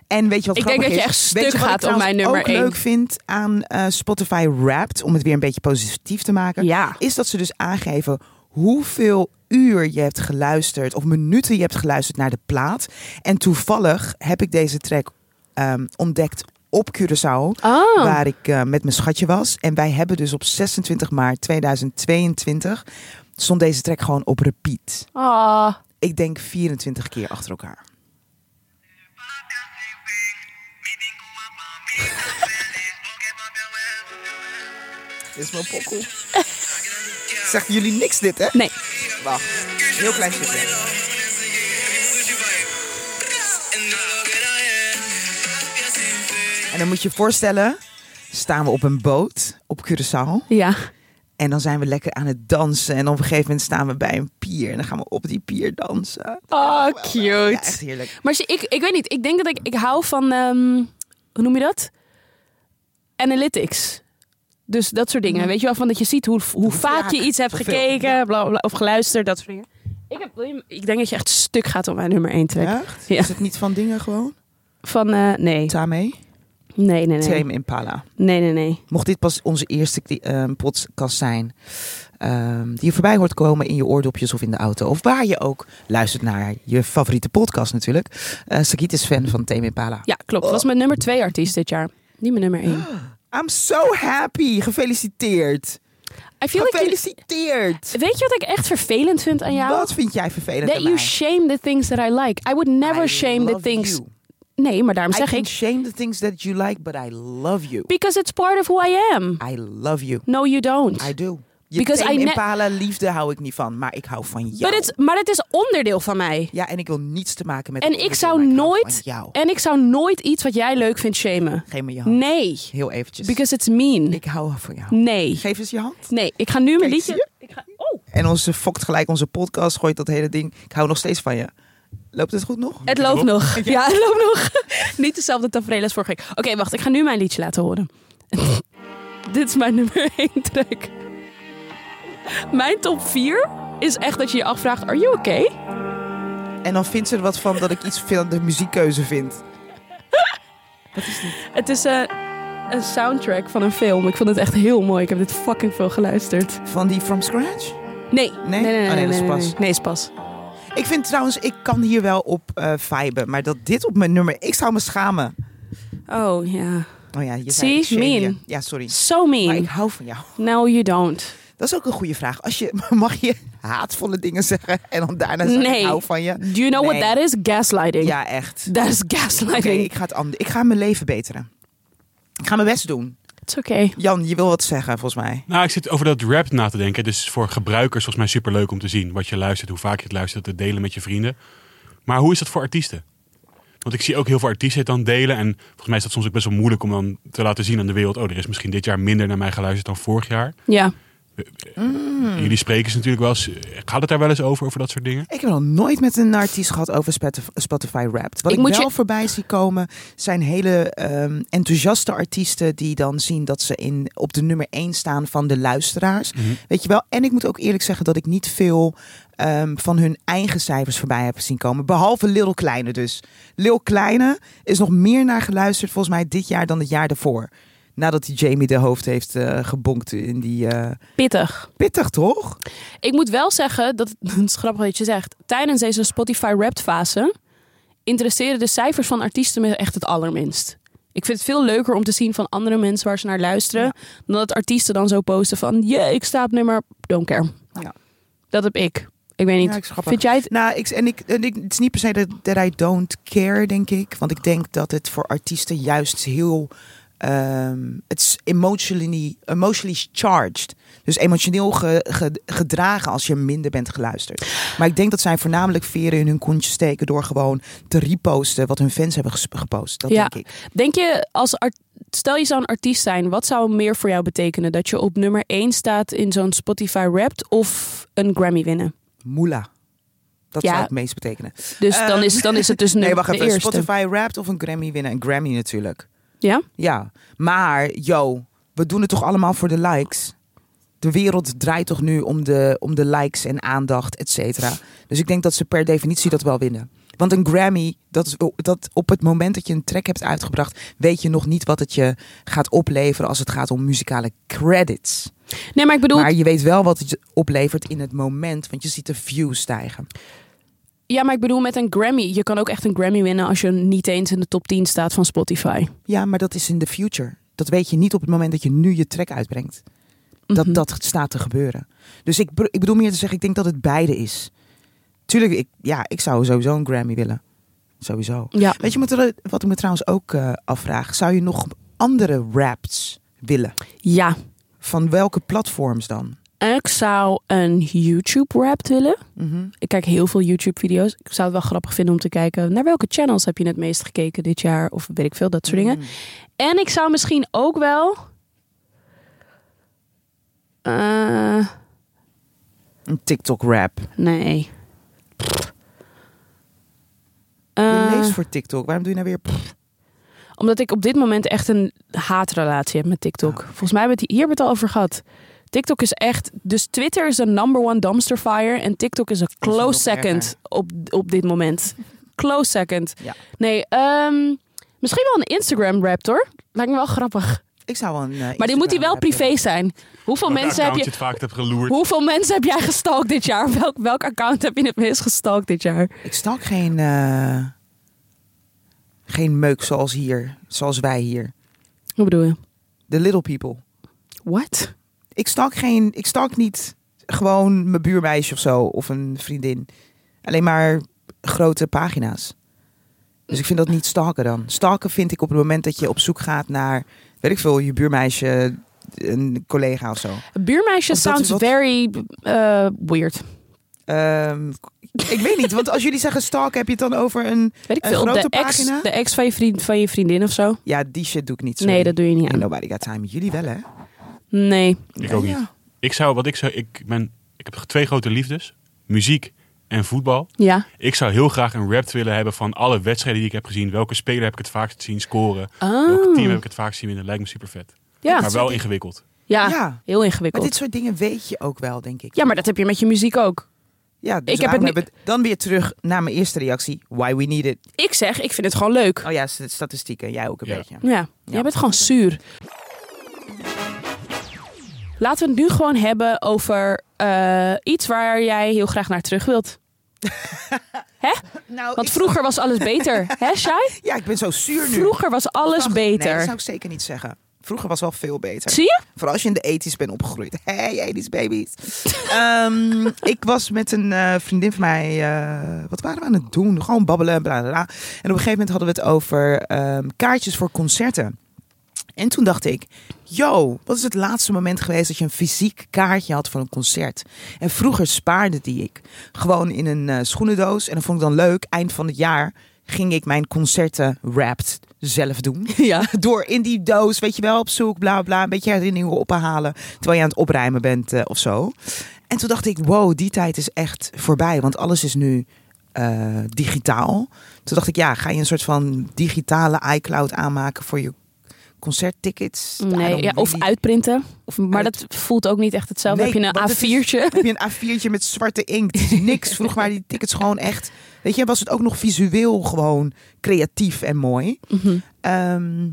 Speaker 2: En weet je wat
Speaker 1: Ik denk
Speaker 2: grappig
Speaker 1: dat je
Speaker 2: is?
Speaker 1: echt
Speaker 2: Weet
Speaker 1: stuk
Speaker 2: wat ik
Speaker 1: gaat om mijn
Speaker 2: trouwens
Speaker 1: nummer
Speaker 2: ook
Speaker 1: één.
Speaker 2: leuk vind aan eh, Spotify Wrapped, om het weer een beetje positief te maken,
Speaker 1: Ja.
Speaker 2: is dat ze dus aangeven hoeveel uur je hebt geluisterd of minuten je hebt geluisterd naar de plaat. En toevallig heb ik deze track ehm, ontdekt op Curaçao,
Speaker 1: Oh.
Speaker 2: waar ik eh, met mijn schatje was. En wij hebben dus op 26 maart 2022 stond deze track gewoon op repeat.
Speaker 1: Ah.
Speaker 2: Ik denk 24 keer achter elkaar. Dit is mijn pokkel. Zeggen jullie niks dit, hè?
Speaker 1: Nee.
Speaker 2: Wacht. Heel klein stukje. En dan moet je je voorstellen... staan we op een boot op Curaçao...
Speaker 1: Ja.
Speaker 2: en dan zijn we lekker aan het dansen... en op een gegeven moment staan we bij een pier... en dan gaan we op die pier dansen.
Speaker 1: Oh,
Speaker 2: Ja, echt
Speaker 1: cute.
Speaker 2: heerlijk.
Speaker 1: Maar zie, ik, ik weet niet. Ik denk dat ik... Ik hou van... ehm, hoe noem je dat? Analytics. Dus dat soort
Speaker 2: Mhm.
Speaker 1: dingen. Weet je wel, van dat je ziet hoe, hoe, vaak, je iets hebt
Speaker 2: hoeveel,
Speaker 1: gekeken bla, bla, of geluisterd, dat soort dingen. Ik, heb, wil je- ik denk dat je echt stuk gaat om mijn nummer 1 track.
Speaker 2: Echt?
Speaker 1: Ja.
Speaker 2: Is het niet van dingen gewoon?
Speaker 1: Van, eh, nee.
Speaker 2: Tamee?
Speaker 1: Nee, nee, nee.
Speaker 2: Tame Impala.
Speaker 1: Nee, nee, nee.
Speaker 2: Mocht dit pas onze eerste kli- eh, podcast zijn, ehm, die je voorbij hoort komen in je oordopjes of in de auto, of waar je ook luistert naar je favoriete podcast natuurlijk. Eh Sagiet is fan van Tame Impala.
Speaker 1: Ja, klopt. Dat was mijn nummer 2 artiest dit jaar. Niet mijn nummer 1.
Speaker 2: Ah, I'm so happy. Gefeliciteerd.
Speaker 1: I feel like you-
Speaker 2: Gefeliciteerd.
Speaker 1: Weet je wat ik echt vervelend vind aan jou?
Speaker 2: Wat vind jij vervelend
Speaker 1: That
Speaker 2: aan
Speaker 1: you
Speaker 2: mij?
Speaker 1: shame the things that I like. I would never
Speaker 2: I
Speaker 1: shame the
Speaker 2: love
Speaker 1: things.
Speaker 2: you.
Speaker 1: Nee, maar daarom
Speaker 2: I
Speaker 1: zeg
Speaker 2: can
Speaker 1: ik.
Speaker 2: shame the things that you like, but I love you.
Speaker 1: Because it's part of who I am.
Speaker 2: I love you.
Speaker 1: No, you don't.
Speaker 2: I do. Je
Speaker 1: Because
Speaker 2: Tame
Speaker 1: I ne-
Speaker 2: Impala liefde hou ik niet van, maar ik hou van jou.
Speaker 1: But it's, maar het is onderdeel van mij.
Speaker 2: Ja, en ik wil niets te maken met. het
Speaker 1: En ik
Speaker 2: onderdeel,
Speaker 1: zou
Speaker 2: maar hou
Speaker 1: nooit.
Speaker 2: Van jou.
Speaker 1: En ik zou nooit iets wat jij leuk vindt shamen.
Speaker 2: Geef me je hand.
Speaker 1: Nee.
Speaker 2: Heel eventjes.
Speaker 1: Because it's mean.
Speaker 2: ik hou van jou.
Speaker 1: Nee.
Speaker 2: Geef eens je hand.
Speaker 1: Nee, ik ga nu mijn
Speaker 2: Kijk, zie
Speaker 1: liedje. Ik ga, oh.
Speaker 2: En onze fokt gelijk onze podcast, gooit dat hele ding. Ik hou nog steeds van je. Loopt het goed nog?
Speaker 1: Het loopt nog. Ja, het loopt nog. Niet dezelfde tafereel als vorige week. Oké, wacht. Ik ga nu mijn liedje laten horen. Dit is mijn nummer 1 track. Mijn top 4 is echt dat je je afvraagt... Are you okay?
Speaker 2: En dan vindt ze er wat van dat ik iets veel aan de muziekkeuze vind.
Speaker 1: Het is eh, een soundtrack van een film. Ik vond het echt heel mooi. Ik heb dit fucking veel geluisterd.
Speaker 2: Van die From Scratch?
Speaker 1: Nee.
Speaker 2: Nee? Oh, nee, dat is pas.
Speaker 1: Nee, nee, is pas.
Speaker 2: Ik vind trouwens, ik kan hier wel op eh viben. Maar dat dit op mijn nummer... Ik zou me schamen.
Speaker 1: Oh, ja.
Speaker 2: Oh ja,
Speaker 1: See?
Speaker 2: je zei... ik shame
Speaker 1: Mean.
Speaker 2: je. Ja, sorry.
Speaker 1: So
Speaker 2: Maar ik
Speaker 1: mean.
Speaker 2: hou van jou.
Speaker 1: No, you don't.
Speaker 2: Dat is ook een goede vraag. Als je, mag je haatvolle dingen zeggen en dan daarna zeggen
Speaker 1: Nee.
Speaker 2: ik hou van je?
Speaker 1: Do you know
Speaker 2: Nee.
Speaker 1: what that is? Gaslighting.
Speaker 2: Ja, echt.
Speaker 1: That is
Speaker 2: Oké,
Speaker 1: gaslighting.
Speaker 2: ik ga het anders. Ik ga mijn leven beteren. Ik ga mijn best doen.
Speaker 1: It's okay.
Speaker 2: Jan, je wil wat zeggen volgens mij.
Speaker 6: Nou, ik zit over dat rap na te denken. Dus voor gebruikers volgens mij superleuk om te zien wat je luistert, hoe vaak je het luistert, te delen met je vrienden. Maar hoe is dat voor artiesten? Want ik zie ook heel veel artiesten het dan delen. En volgens mij is dat soms ook best wel moeilijk om dan te laten zien aan de wereld. Oh, er is misschien dit jaar minder naar mij geluisterd dan vorig jaar.
Speaker 1: Ja.
Speaker 2: Hmm.
Speaker 6: Jullie spreken ze natuurlijk wel eens. Gaat het daar wel eens over, over dat soort dingen?
Speaker 2: Ik heb nog nooit met een artiest gehad over Spotif- Spotify Wrapped. Wat
Speaker 1: Ik
Speaker 2: ik,
Speaker 1: moet
Speaker 2: wel
Speaker 1: je-
Speaker 2: voorbij zie komen zijn hele ehm, enthousiaste artiesten die dan zien dat ze in, op de nummer 1 staan van de luisteraars. Weet je wel? En ik moet ook eerlijk zeggen dat ik niet veel ehm, van hun eigen cijfers voorbij heb zien komen. Behalve Lil Kleine dus. Lil Kleine is nog meer naar geluisterd volgens mij dit jaar dan het jaar daarvoor. Nadat die Jamie de hoofd heeft eh, gebonkt in die... eh,
Speaker 1: Pittig.
Speaker 2: pittig toch?
Speaker 1: Ik moet wel zeggen, dat het is grappig dat je zegt. Tijdens deze Spotify Wrapped fase interesseren de cijfers van artiesten me echt het allerminst. Ik vind het veel leuker om te zien van andere mensen waar ze naar luisteren. Dan dat artiesten dan zo posten van, je, ik sta op nummer, don't care.
Speaker 2: Ja.
Speaker 1: Dat heb ik. Ik weet niet.
Speaker 2: Ja, ik schrap
Speaker 1: vind jij het?
Speaker 2: Nou, ik, en ik, en ik, het is niet per se dat, dat I don't care, denk ik. Want ik denk dat het voor artiesten juist heel... ehm, het is emotionally, emotionally charged. Dus emotioneel ge- ge- gedragen als je minder bent geluisterd. Maar ik denk dat zij voornamelijk veren in hun kontje steken... door gewoon te reposten wat hun fans hebben ges- gepost. Dat
Speaker 1: Ja.
Speaker 2: denk ik.
Speaker 1: Denk je, als art- stel je zou een artiest zijn, wat zou meer voor jou betekenen? Dat je op nummer 1 staat in zo'n Spotify Wrapped of een Grammy winnen?
Speaker 2: Moela. Dat
Speaker 1: Ja.
Speaker 2: zou het meest betekenen.
Speaker 1: Dus
Speaker 2: Eh,
Speaker 1: dan, is, dan is het dus
Speaker 2: Nee,
Speaker 1: nummer
Speaker 2: wacht
Speaker 1: de
Speaker 2: even.
Speaker 1: eerste.
Speaker 2: Spotify Wrapped of een Grammy winnen? Een Grammy natuurlijk.
Speaker 1: Ja?
Speaker 2: Ja, maar yo, we doen het toch allemaal voor de likes? De wereld draait toch nu om de, om de likes en aandacht, et cetera. Dus ik denk dat ze per definitie dat wel winnen. Want een Grammy, dat, is, dat op het moment dat je een track hebt uitgebracht, weet je nog niet wat het je gaat opleveren als het gaat om muzikale credits.
Speaker 1: Nee, maar ik bedoel,
Speaker 2: Maar je weet wel wat het je oplevert in het moment, want je ziet de views stijgen.
Speaker 1: ja, maar ik bedoel met een Grammy. Je kan ook echt een Grammy winnen als je niet eens in de top 10 staat van Spotify.
Speaker 2: Ja, maar dat is in de future. Dat weet je niet op het moment dat je nu je track uitbrengt. Dat,
Speaker 1: Mhm.
Speaker 2: dat staat te gebeuren. Dus ik, br- ik bedoel meer te zeggen, ik denk dat het beide is. Tuurlijk, ik, ja, ik zou sowieso een Grammy willen. Sowieso.
Speaker 1: Ja.
Speaker 2: Weet je wat er- wat ik me trouwens ook eh, afvraag? Zou je nog andere raps willen?
Speaker 1: Ja.
Speaker 2: Van welke platforms dan?
Speaker 1: Ik zou een YouTube Wrapped willen.
Speaker 2: Mhm.
Speaker 1: Ik kijk heel veel YouTube video's. Ik zou het wel grappig vinden om te kijken naar welke channels heb je het meest gekeken dit jaar of weet ik veel dat soort
Speaker 2: Mm.
Speaker 1: dingen. En ik zou misschien ook wel Eh,
Speaker 2: Een TikTok-rap.
Speaker 1: nee.
Speaker 2: Je
Speaker 1: Eh,
Speaker 2: leeft voor TikTok. Waarom doe je nou weer... pff?
Speaker 1: Omdat ik op dit moment echt een haatrelatie heb met TikTok. Volgens mij hebben we het hier hebben we het al over gehad. TikTok is echt. Dus Twitter is de number one dumpster fire. En TikTok is een
Speaker 2: nog
Speaker 1: close second
Speaker 2: erger.
Speaker 1: op, op dit moment. Close second.
Speaker 2: Ja.
Speaker 1: Nee, ehm, misschien wel een Instagram rap hoor. Lijkt me wel grappig.
Speaker 2: Ik zou wel een... eh,
Speaker 1: maar die moet hij wel
Speaker 2: Instagram-rap willen.
Speaker 1: privé zijn. Hoeveel
Speaker 6: Oh,
Speaker 1: mensen heb je.
Speaker 6: het vaak hebt geloerd.
Speaker 1: Hoeveel mensen heb jij gestalkt dit jaar? Welk, welk account heb je het meest gestalkt dit jaar?
Speaker 2: Ik stalk geen, eh, geen meuk zoals hier, zoals wij hier.
Speaker 1: Hoe bedoel je?
Speaker 2: De little people.
Speaker 1: What?
Speaker 2: Ik stalk geen, ik stalk niet gewoon mijn buurmeisje of zo of een vriendin. Alleen maar grote pagina's. Dus ik vind dat niet stalken dan. Stalken vind ik op het moment dat je op zoek gaat naar, weet ik veel, je buurmeisje, een collega of zo.
Speaker 1: Buurmeisje
Speaker 2: Of dat
Speaker 1: sounds
Speaker 2: is wat-
Speaker 1: very eh, weird.
Speaker 2: Ehm, ik weet niet, want als jullie zeggen stalken, heb je het dan over een...
Speaker 1: Weet ik
Speaker 2: Een
Speaker 1: veel. de,
Speaker 2: grote
Speaker 1: ex,
Speaker 2: pagina?
Speaker 1: de ex van je, vriend, van je vriendin of zo?
Speaker 2: Ja, die shit doe ik niet. Sorry.
Speaker 1: Nee, dat doe je niet
Speaker 2: Ain't
Speaker 1: aan.
Speaker 2: Nobody got time. Jullie wel, hè?
Speaker 1: Nee.
Speaker 6: Ik ook niet. Ik zou, wat ik zou, ik ben, ik heb twee grote liefdes: muziek en voetbal.
Speaker 1: Ja.
Speaker 6: Ik zou heel graag een rap willen hebben van alle wedstrijden die ik heb gezien. Welke speler heb ik het vaakst zien scoren? Welk
Speaker 1: Oh.
Speaker 6: team heb ik het vaakst zien winnen? Lijkt me super vet.
Speaker 1: Ja.
Speaker 6: maar wel ingewikkeld.
Speaker 1: Ja.
Speaker 2: Ja.
Speaker 1: Heel
Speaker 2: Maar
Speaker 1: ingewikkeld.
Speaker 2: dit soort dingen weet je ook wel, denk ik.
Speaker 1: Ja, maar dat heb je met je muziek ook.
Speaker 2: Ja, dus
Speaker 1: Ik heb
Speaker 2: waarom
Speaker 1: het niet-
Speaker 2: hebben we dan weer terug naar mijn eerste reactie. Why we need it.
Speaker 1: Ik zeg, ik vind het gewoon leuk.
Speaker 2: Oh ja, st- statistieken. Jij ook een
Speaker 6: Ja.
Speaker 2: beetje.
Speaker 1: Ja. Jij bent gewoon zuur. Laten we het nu gewoon hebben over eh, iets waar jij heel graag naar terug wilt.
Speaker 2: Nou,
Speaker 1: Want
Speaker 2: Oh, ik-
Speaker 1: vroeger was alles beter. Hè, Shai?
Speaker 2: Ja, ik ben zo zuur nu.
Speaker 1: Vroeger was alles
Speaker 2: Wacht, Nee, dat zou
Speaker 1: beter.
Speaker 2: ik zeker niet zeggen. Vroeger was wel veel beter.
Speaker 1: Zie je?
Speaker 2: Vooral als je in de 80s bent opgegroeid. Hey, 80s babies. Ehm, ik was met een eh, vriendin van mij. eh, wat waren we aan het doen? Gewoon babbelen. Bla, bla, bla. En op een gegeven moment hadden we het over ehm, kaartjes voor concerten. En toen dacht ik, yo, wat is het laatste moment geweest dat je een fysiek kaartje had voor een concert? En vroeger spaarde die ik gewoon in een eh, schoenendoos. En dat vond ik dan leuk. Eind van het jaar ging ik mijn concerten wrapped zelf doen
Speaker 1: Ja.
Speaker 2: door in die doos, weet je wel, op zoek, bla bla, een beetje herinneringen ophalen terwijl je aan het opruimen bent eh, of zo. En toen dacht ik, wow, die tijd is echt voorbij, want alles is nu eh, digitaal. Toen dacht ik, ja, ga je een soort van digitale iCloud aanmaken voor je concerttickets? I
Speaker 1: Nee,
Speaker 2: don't
Speaker 1: ja, of
Speaker 2: really-
Speaker 1: uitprinten. Of, maar
Speaker 2: Uit-
Speaker 1: dat voelt ook niet echt hetzelfde.
Speaker 2: Nee,
Speaker 1: Heb je
Speaker 2: want
Speaker 1: een
Speaker 2: het
Speaker 1: A4'tje?
Speaker 2: Heb je een A4'tje met zwarte inkt? Het is Niks. Vroeger waren die tickets gewoon echt... Weet je, was het ook nog visueel gewoon creatief en mooi.
Speaker 1: Mhm.
Speaker 2: Ehm,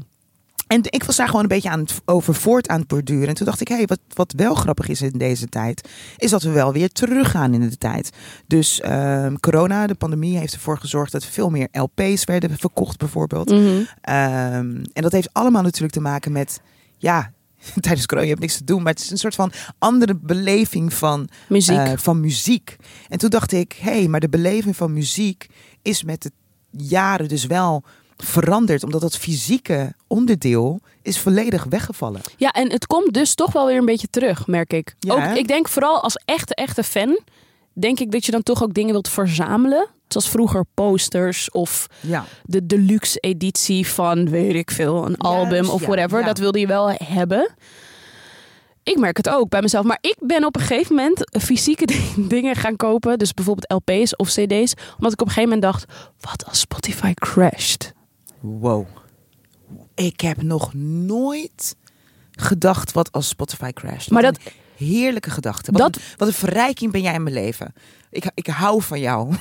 Speaker 2: En ik was daar gewoon een beetje aan het, over voort aan het borduren. En toen dacht ik, hé, hey, wat, wat wel grappig is in deze tijd, is dat we wel weer teruggaan in de tijd. Dus ehm, corona, de pandemie, heeft ervoor gezorgd dat veel meer LP's werden verkocht bijvoorbeeld.
Speaker 1: Mhm.
Speaker 2: Ehm, en dat heeft allemaal natuurlijk te maken met, ja, tijdens corona, je hebt niks te doen. Maar het is een soort van andere beleving van
Speaker 1: Muziek.
Speaker 2: eh, van muziek. En toen dacht ik, hé, hey, maar de beleving van muziek is met de jaren dus wel veranderd. Omdat dat fysieke onderdeel is volledig weggevallen.
Speaker 1: Ja, en het komt dus toch wel weer een beetje terug, merk ik.
Speaker 2: Ja, hè?
Speaker 1: ook, ik denk vooral als echte, echte fan, denk ik dat je dan toch ook dingen wilt verzamelen. Zoals vroeger posters of
Speaker 2: Ja.
Speaker 1: de deluxe editie van, weet ik veel, een album of
Speaker 2: ja,
Speaker 1: whatever.
Speaker 2: ja.
Speaker 1: Dat wilde je wel hebben. Ik merk het ook bij mezelf. Maar ik ben op een gegeven moment fysieke ding- dingen gaan kopen. Dus bijvoorbeeld LP's of CD's. Omdat ik op een gegeven moment dacht, wat als Spotify crasht?
Speaker 2: Wow. Ik heb nog nooit gedacht wat als Spotify crasht. Wat
Speaker 1: Maar
Speaker 2: een
Speaker 1: dat-
Speaker 2: Heerlijke gedachte. Wat,
Speaker 1: Dat-
Speaker 2: een, wat een verrijking ben jij in mijn leven. Ik, ik hou van jou.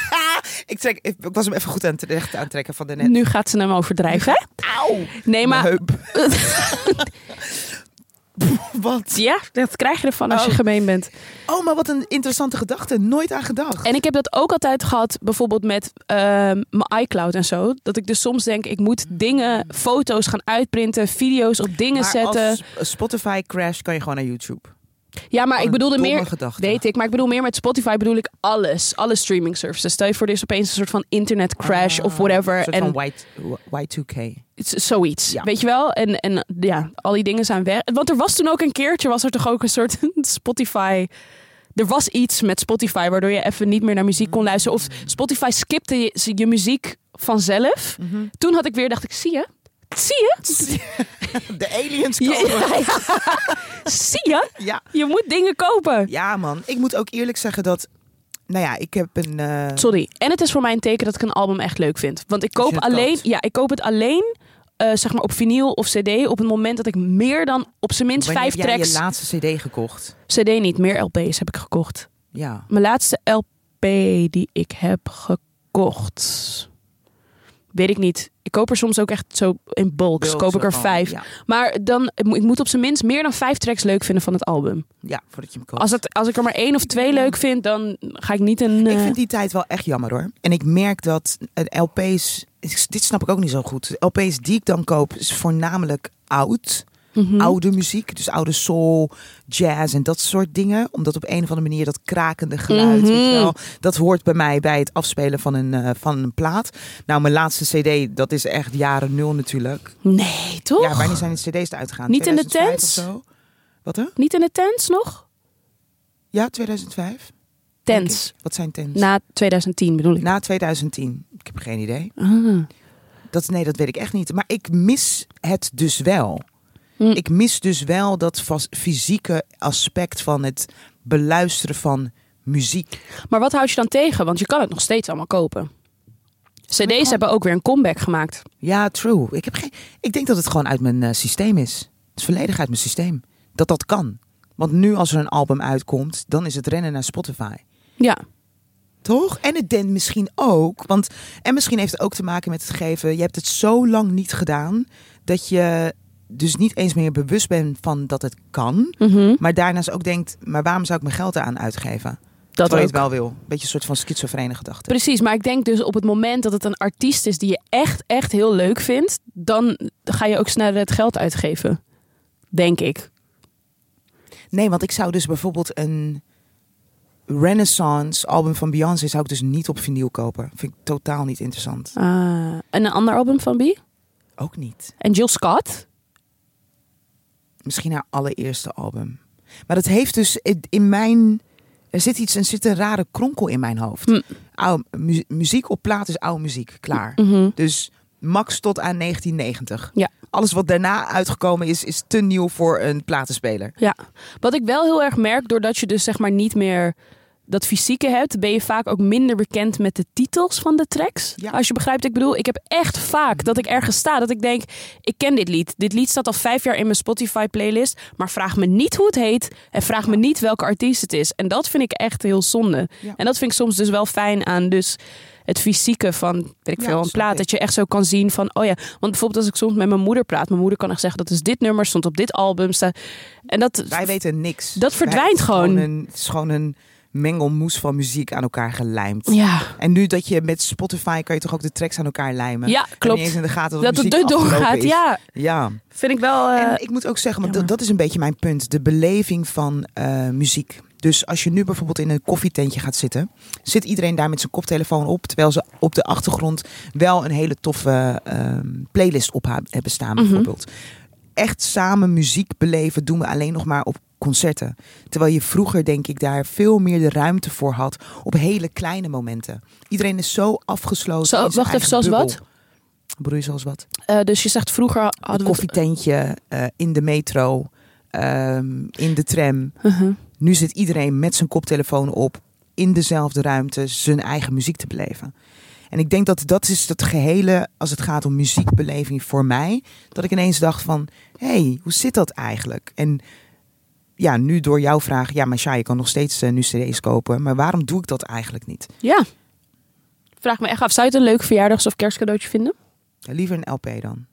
Speaker 2: ik, trek, ik, ik was hem even goed aan het recht aantrekken van de net.
Speaker 1: Nu gaat ze hem overdrijven. hè?
Speaker 2: Auw!
Speaker 1: Nee,
Speaker 2: Mijn
Speaker 1: maar
Speaker 2: heup. wat?
Speaker 1: ja, dat krijg je ervan als je
Speaker 2: Oh.
Speaker 1: gemeen bent.
Speaker 2: Oh, maar wat een interessante gedachte. Nooit aan gedacht.
Speaker 1: En ik heb dat ook altijd gehad, bijvoorbeeld met ehm, mijn iCloud en zo. Dat ik dus soms denk, ik moet dingen, foto's gaan uitprinten, video's op dingen
Speaker 2: Hmm. maar
Speaker 1: zetten.
Speaker 2: als Spotify crash kan je gewoon naar YouTube.
Speaker 1: Ja, maar ik
Speaker 2: een
Speaker 1: bedoelde
Speaker 2: domme
Speaker 1: meer,
Speaker 2: gedachte.
Speaker 1: weet ik, maar ik bedoel meer met Spotify bedoel ik alles. Alle streaming services. Stel je voor, er is opeens een soort van internet crash of
Speaker 2: Ah, Een
Speaker 1: whatever.
Speaker 2: soort
Speaker 1: En
Speaker 2: van y, 2 k
Speaker 1: z- zoiets,
Speaker 2: Ja.
Speaker 1: weet je wel? En, en ja, al die dingen zijn weg. Want er was toen ook een keertje, was er toch ook een soort Spotify... Er was iets met Spotify waardoor je even niet meer naar muziek
Speaker 2: Mm.
Speaker 1: kon luisteren. Of Spotify skipte je, je muziek vanzelf.
Speaker 2: Mhm.
Speaker 1: Toen had ik weer, dacht ik, zie je? Zie je?
Speaker 2: De aliens
Speaker 1: Ja,
Speaker 2: komen. Ja.
Speaker 1: Zie je?
Speaker 2: ja.
Speaker 1: Je moet dingen kopen.
Speaker 2: man. Ik moet ook eerlijk zeggen dat... Nou ja, ik heb een... eh,
Speaker 1: Sorry. En het is voor mij een teken dat ik een album echt leuk vind. Want ik
Speaker 2: Als je
Speaker 1: koop
Speaker 2: het
Speaker 1: alleen,
Speaker 2: koopt.
Speaker 1: ja, ik koop het alleen eh, zeg maar op vinyl of CD op het moment dat ik meer dan op zijn minst
Speaker 2: wanneer
Speaker 1: vijf
Speaker 2: heb jij
Speaker 1: tracks.
Speaker 2: je laatste cd gekocht?
Speaker 1: CD niet, meer LP's heb ik gekocht.
Speaker 2: Ja.
Speaker 1: Mijn laatste LP die ik heb gekocht. Weet ik niet. Ik koop er soms ook echt zo in bulks.
Speaker 2: Bulk,
Speaker 1: Dus koop ik
Speaker 2: zo
Speaker 1: er
Speaker 2: van,
Speaker 1: vijf.
Speaker 2: Ja.
Speaker 1: Maar dan, ik moet op zijn minst meer dan vijf tracks leuk vinden van het album.
Speaker 2: ja, voordat je hem koopt.
Speaker 1: Als, het, als ik er maar één of twee leuk vind, dan ga ik niet een.
Speaker 2: Ik
Speaker 1: eh,
Speaker 2: vind die tijd wel echt jammer hoor. En ik merk dat eh, LP's, dit snap ik ook niet zo goed. LP's die ik dan koop is voornamelijk oud.
Speaker 1: mhm.
Speaker 2: Oude muziek, dus oude soul, jazz en dat soort dingen. Omdat op een of andere manier dat krakende geluid, weet je
Speaker 1: Mhm.
Speaker 2: wel, dat hoort bij mij bij het afspelen van een, eh, van een plaat. Nou, mijn laatste cd, dat is echt jaren nul natuurlijk.
Speaker 1: Nee, toch?
Speaker 2: Ja, wanneer zijn de cd's uitgegaan?
Speaker 1: Niet in de
Speaker 2: 2005
Speaker 1: tent?
Speaker 2: of zo? Wat hè?
Speaker 1: Niet in de tents nog?
Speaker 2: Ja, 2005. denk
Speaker 1: Tents.
Speaker 2: ik. Wat zijn tents?
Speaker 1: Na 2010 bedoel ik.
Speaker 2: Na 2010. Ik heb geen idee.
Speaker 1: Ah.
Speaker 2: Dat, nee, dat weet ik echt niet. Maar ik mis het dus wel.
Speaker 1: Hm.
Speaker 2: Ik mis dus wel dat vas- fysieke aspect van het beluisteren van muziek.
Speaker 1: Maar wat houd je dan tegen? Want je kan het nog steeds allemaal kopen. CD's hebben ook weer een comeback gemaakt.
Speaker 2: Ja, true. Ik, heb geen, ik denk dat het gewoon uit mijn eh, systeem is. Het is volledig uit mijn systeem. Dat dat kan. Want nu als er een album uitkomt, dan is het rennen naar Spotify.
Speaker 1: Ja.
Speaker 2: Toch? En het den misschien ook. Want, en misschien heeft het ook te maken met het geven. Je hebt het zo lang niet gedaan dat je dus niet eens meer bewust bent van dat het kan.
Speaker 1: Mhm.
Speaker 2: Maar daarnaast ook denkt, maar waarom zou ik mijn geld eraan uitgeven?
Speaker 1: Dat
Speaker 2: Terwijl je
Speaker 1: ook.
Speaker 2: het wel wil. Beetje een soort van schizofrene gedachte.
Speaker 1: Precies, maar ik denk dus op het moment dat het een artiest is die je echt, echt heel leuk vindt, dan ga je ook sneller het geld uitgeven. Denk ik.
Speaker 2: Nee, want ik zou dus bijvoorbeeld een renaissance album van Beyoncé... zou ik dus niet op vinyl kopen. Vind ik totaal niet interessant.
Speaker 1: Ah, en een ander album van wie?
Speaker 2: Ook niet.
Speaker 1: En Jill Scott?
Speaker 2: misschien haar allereerste album. Maar dat heeft dus in- in mijn. Er zit iets, er zit een rare kronkel in mijn hoofd.
Speaker 1: Hm.
Speaker 2: Oude mu- muziek op plaat is oude muziek, klaar.
Speaker 1: Mhm.
Speaker 2: Dus max tot aan 1990.
Speaker 1: Ja.
Speaker 2: Alles wat daarna uitgekomen is, is te nieuw voor een platenspeler.
Speaker 1: Ja, wat ik wel heel erg merk, doordat je dus zeg maar niet meer dat fysieke hebt, ben je vaak ook minder bekend met de titels van de tracks.
Speaker 2: Ja.
Speaker 1: Als je begrijpt, wat ik bedoel, ik heb echt vaak dat ik ergens sta dat ik denk, ik ken dit lied. Dit lied staat al vijf jaar in mijn Spotify playlist, maar vraag me niet hoe het heet en vraag me niet welke artiest het is. En dat vind ik echt heel zonde.
Speaker 2: Ja.
Speaker 1: En dat vind ik soms dus wel fijn aan dus het fysieke van, weet ik
Speaker 2: Ja,
Speaker 1: veel, een
Speaker 2: snap ik.
Speaker 1: plaat. Dat je echt zo kan zien van, oh ja. Want bijvoorbeeld als ik soms met mijn moeder praat, mijn moeder kan echt zeggen, dat is dit nummer, stond op dit album. sta- En dat,
Speaker 2: Dus Wij weten niks.
Speaker 1: Dat
Speaker 2: Wij-
Speaker 1: verdwijnt
Speaker 2: het is
Speaker 1: gewoon.
Speaker 2: een, het is gewoon een mengelmoes van muziek aan elkaar gelijmd.
Speaker 1: ja,
Speaker 2: En nu dat je met Spotify kan je toch ook de tracks aan elkaar lijmen.
Speaker 1: ja,
Speaker 2: En niet eens
Speaker 1: klopt.
Speaker 2: in de gaten
Speaker 1: Dat
Speaker 2: dat, de
Speaker 1: het
Speaker 2: muziek
Speaker 1: er
Speaker 2: afgelopen
Speaker 1: doorgaat,
Speaker 2: is.
Speaker 1: ja.
Speaker 2: Ja.
Speaker 1: Vind ik wel... eh,
Speaker 2: En ik moet ook zeggen, want dat,
Speaker 1: jammer.
Speaker 2: dat is een beetje mijn punt. De beleving van eh, muziek. Dus als je nu bijvoorbeeld in een koffietentje gaat zitten, zit iedereen daar met zijn koptelefoon op. Terwijl ze op de achtergrond wel een hele toffe ehm, playlist op ha- hebben staan,
Speaker 1: Mhm.
Speaker 2: bijvoorbeeld. Echt samen muziek beleven doen we alleen nog maar op concerten. Terwijl je vroeger, denk ik, daar veel meer de ruimte voor had op hele kleine momenten. Iedereen is zo afgesloten.
Speaker 1: Zo,
Speaker 2: in zijn
Speaker 1: wacht even,
Speaker 2: eigen
Speaker 1: zoals
Speaker 2: bubbel.
Speaker 1: wat?
Speaker 2: Broei, zoals wat?
Speaker 1: eh, dus je zegt vroeger hadden we...
Speaker 2: een koffietentje eh, in de metro, ehm, in de tram.
Speaker 1: Mhm.
Speaker 2: Nu zit iedereen met zijn koptelefoon op in dezelfde ruimte zijn eigen muziek te beleven. En ik denk dat dat is het gehele als het gaat om muziekbeleving voor mij. Dat ik ineens dacht van, hé, hey, hoe zit dat eigenlijk? En ja, nu door jouw vraag, ja, maar Shai, je kan nog steeds eh, nu cd's kopen. Maar waarom doe ik dat eigenlijk niet?
Speaker 1: Ja. Vraag me echt af, zou je het een leuk verjaardags- of kerstcadeautje vinden?
Speaker 2: Liever een LP dan.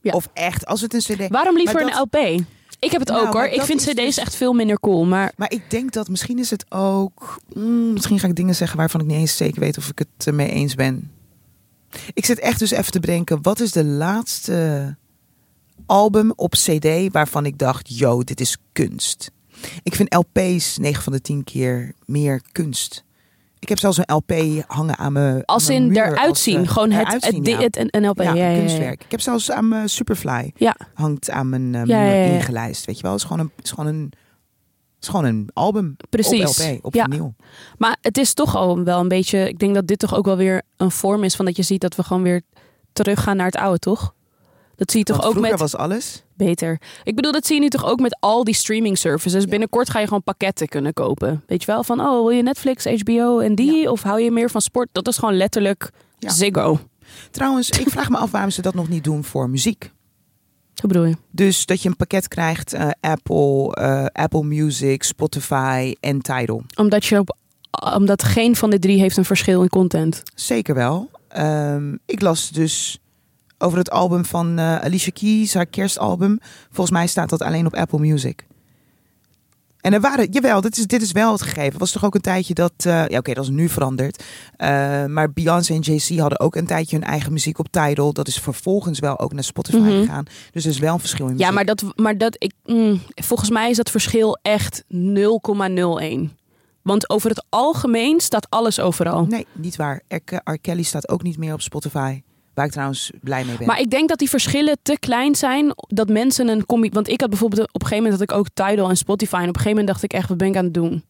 Speaker 1: Ja.
Speaker 2: Of echt, als het een cd...
Speaker 1: Waarom liever
Speaker 2: Maar
Speaker 1: een LP? Ik heb het
Speaker 2: Nou,
Speaker 1: ook hoor.
Speaker 2: maar
Speaker 1: Ik
Speaker 2: dat
Speaker 1: vind
Speaker 2: is
Speaker 1: cd's
Speaker 2: dus-
Speaker 1: echt veel minder cool. Maar
Speaker 2: Maar ik denk dat misschien is het ook. mm, misschien ga ik dingen zeggen waarvan ik niet eens zeker weet of ik het ermee eens ben. Ik zit echt dus even te bedenken: wat is de laatste album op CD waarvan ik dacht: yo, dit is kunst? Ik vind LP's 9 van de 10 keer meer kunst. Ik heb zelfs een LP hangen aan mijn.
Speaker 1: als
Speaker 2: aan mijn
Speaker 1: in
Speaker 2: muur
Speaker 1: eruit
Speaker 2: als, eh,
Speaker 1: zien, gewoon het,
Speaker 2: eruit zien,
Speaker 1: het,
Speaker 2: ja.
Speaker 1: het, een- een LP.
Speaker 2: Ja,
Speaker 1: Ja, ja, ja, ja.
Speaker 2: kunstwerk. Ik heb zelfs aan mijn Superfly
Speaker 1: Ja.
Speaker 2: hangt aan mijn eh, muur
Speaker 1: Ja, ja, ja.
Speaker 2: ingelijst. Weet je wel, het is gewoon een, het is gewoon een, het is gewoon een album.
Speaker 1: Precies.
Speaker 2: Op LP, op
Speaker 1: Ja.
Speaker 2: vinyl.
Speaker 1: Maar het is toch al wel een beetje. Ik denk dat dit toch ook wel weer een vorm is van dat je ziet dat we gewoon weer teruggaan naar het oude, toch? Dat zie je toch
Speaker 2: Want
Speaker 1: ook
Speaker 2: vroeger
Speaker 1: met
Speaker 2: was alles.
Speaker 1: beter. Ik bedoel, dat zie je nu toch ook met al die streaming services. Binnenkort ga je gewoon pakketten kunnen kopen. Weet je wel? Van oh, wil je Netflix, HBO en die? Of hou je meer van sport? Dat is gewoon letterlijk
Speaker 2: Ja.
Speaker 1: Ziggo. Wat
Speaker 2: Trouwens, ik vraag me af waarom ze dat nog niet doen voor muziek.
Speaker 1: bedoel je?
Speaker 2: Dus dat je een pakket krijgt, eh, Apple, eh, Apple Music, Spotify en Tidal.
Speaker 1: Omdat je op omdat geen van de drie heeft een verschil in content.
Speaker 2: Zeker wel. Ehm, ik las dus over het album van eh, Alicia Keys, haar kerstalbum. Volgens mij staat dat alleen op Apple Music. En er waren, jawel, dit is, dit is wel het gegeven. Was toch ook een tijdje dat, eh, ja oké, dat is nu veranderd. Eh, maar Beyoncé en Jay-Z hadden ook een tijdje hun eigen muziek op Tidal. Dat is vervolgens wel ook naar Spotify
Speaker 1: Mhm.
Speaker 2: gegaan. Dus er is wel een verschil in muziek.
Speaker 1: Ja, maar dat, maar dat ik, mm, volgens mij is dat verschil echt 0,01. Want over het algemeen staat alles overal.
Speaker 2: Nee, niet waar. R. R. Kelly staat ook niet meer op Spotify. Waar ik trouwens blij mee ben.
Speaker 1: Maar ik denk dat die verschillen te klein zijn dat mensen een combi. Want ik had bijvoorbeeld op een gegeven moment had ik ook Tidal en Spotify. En op een gegeven moment dacht ik echt, wat ben ik aan het doen?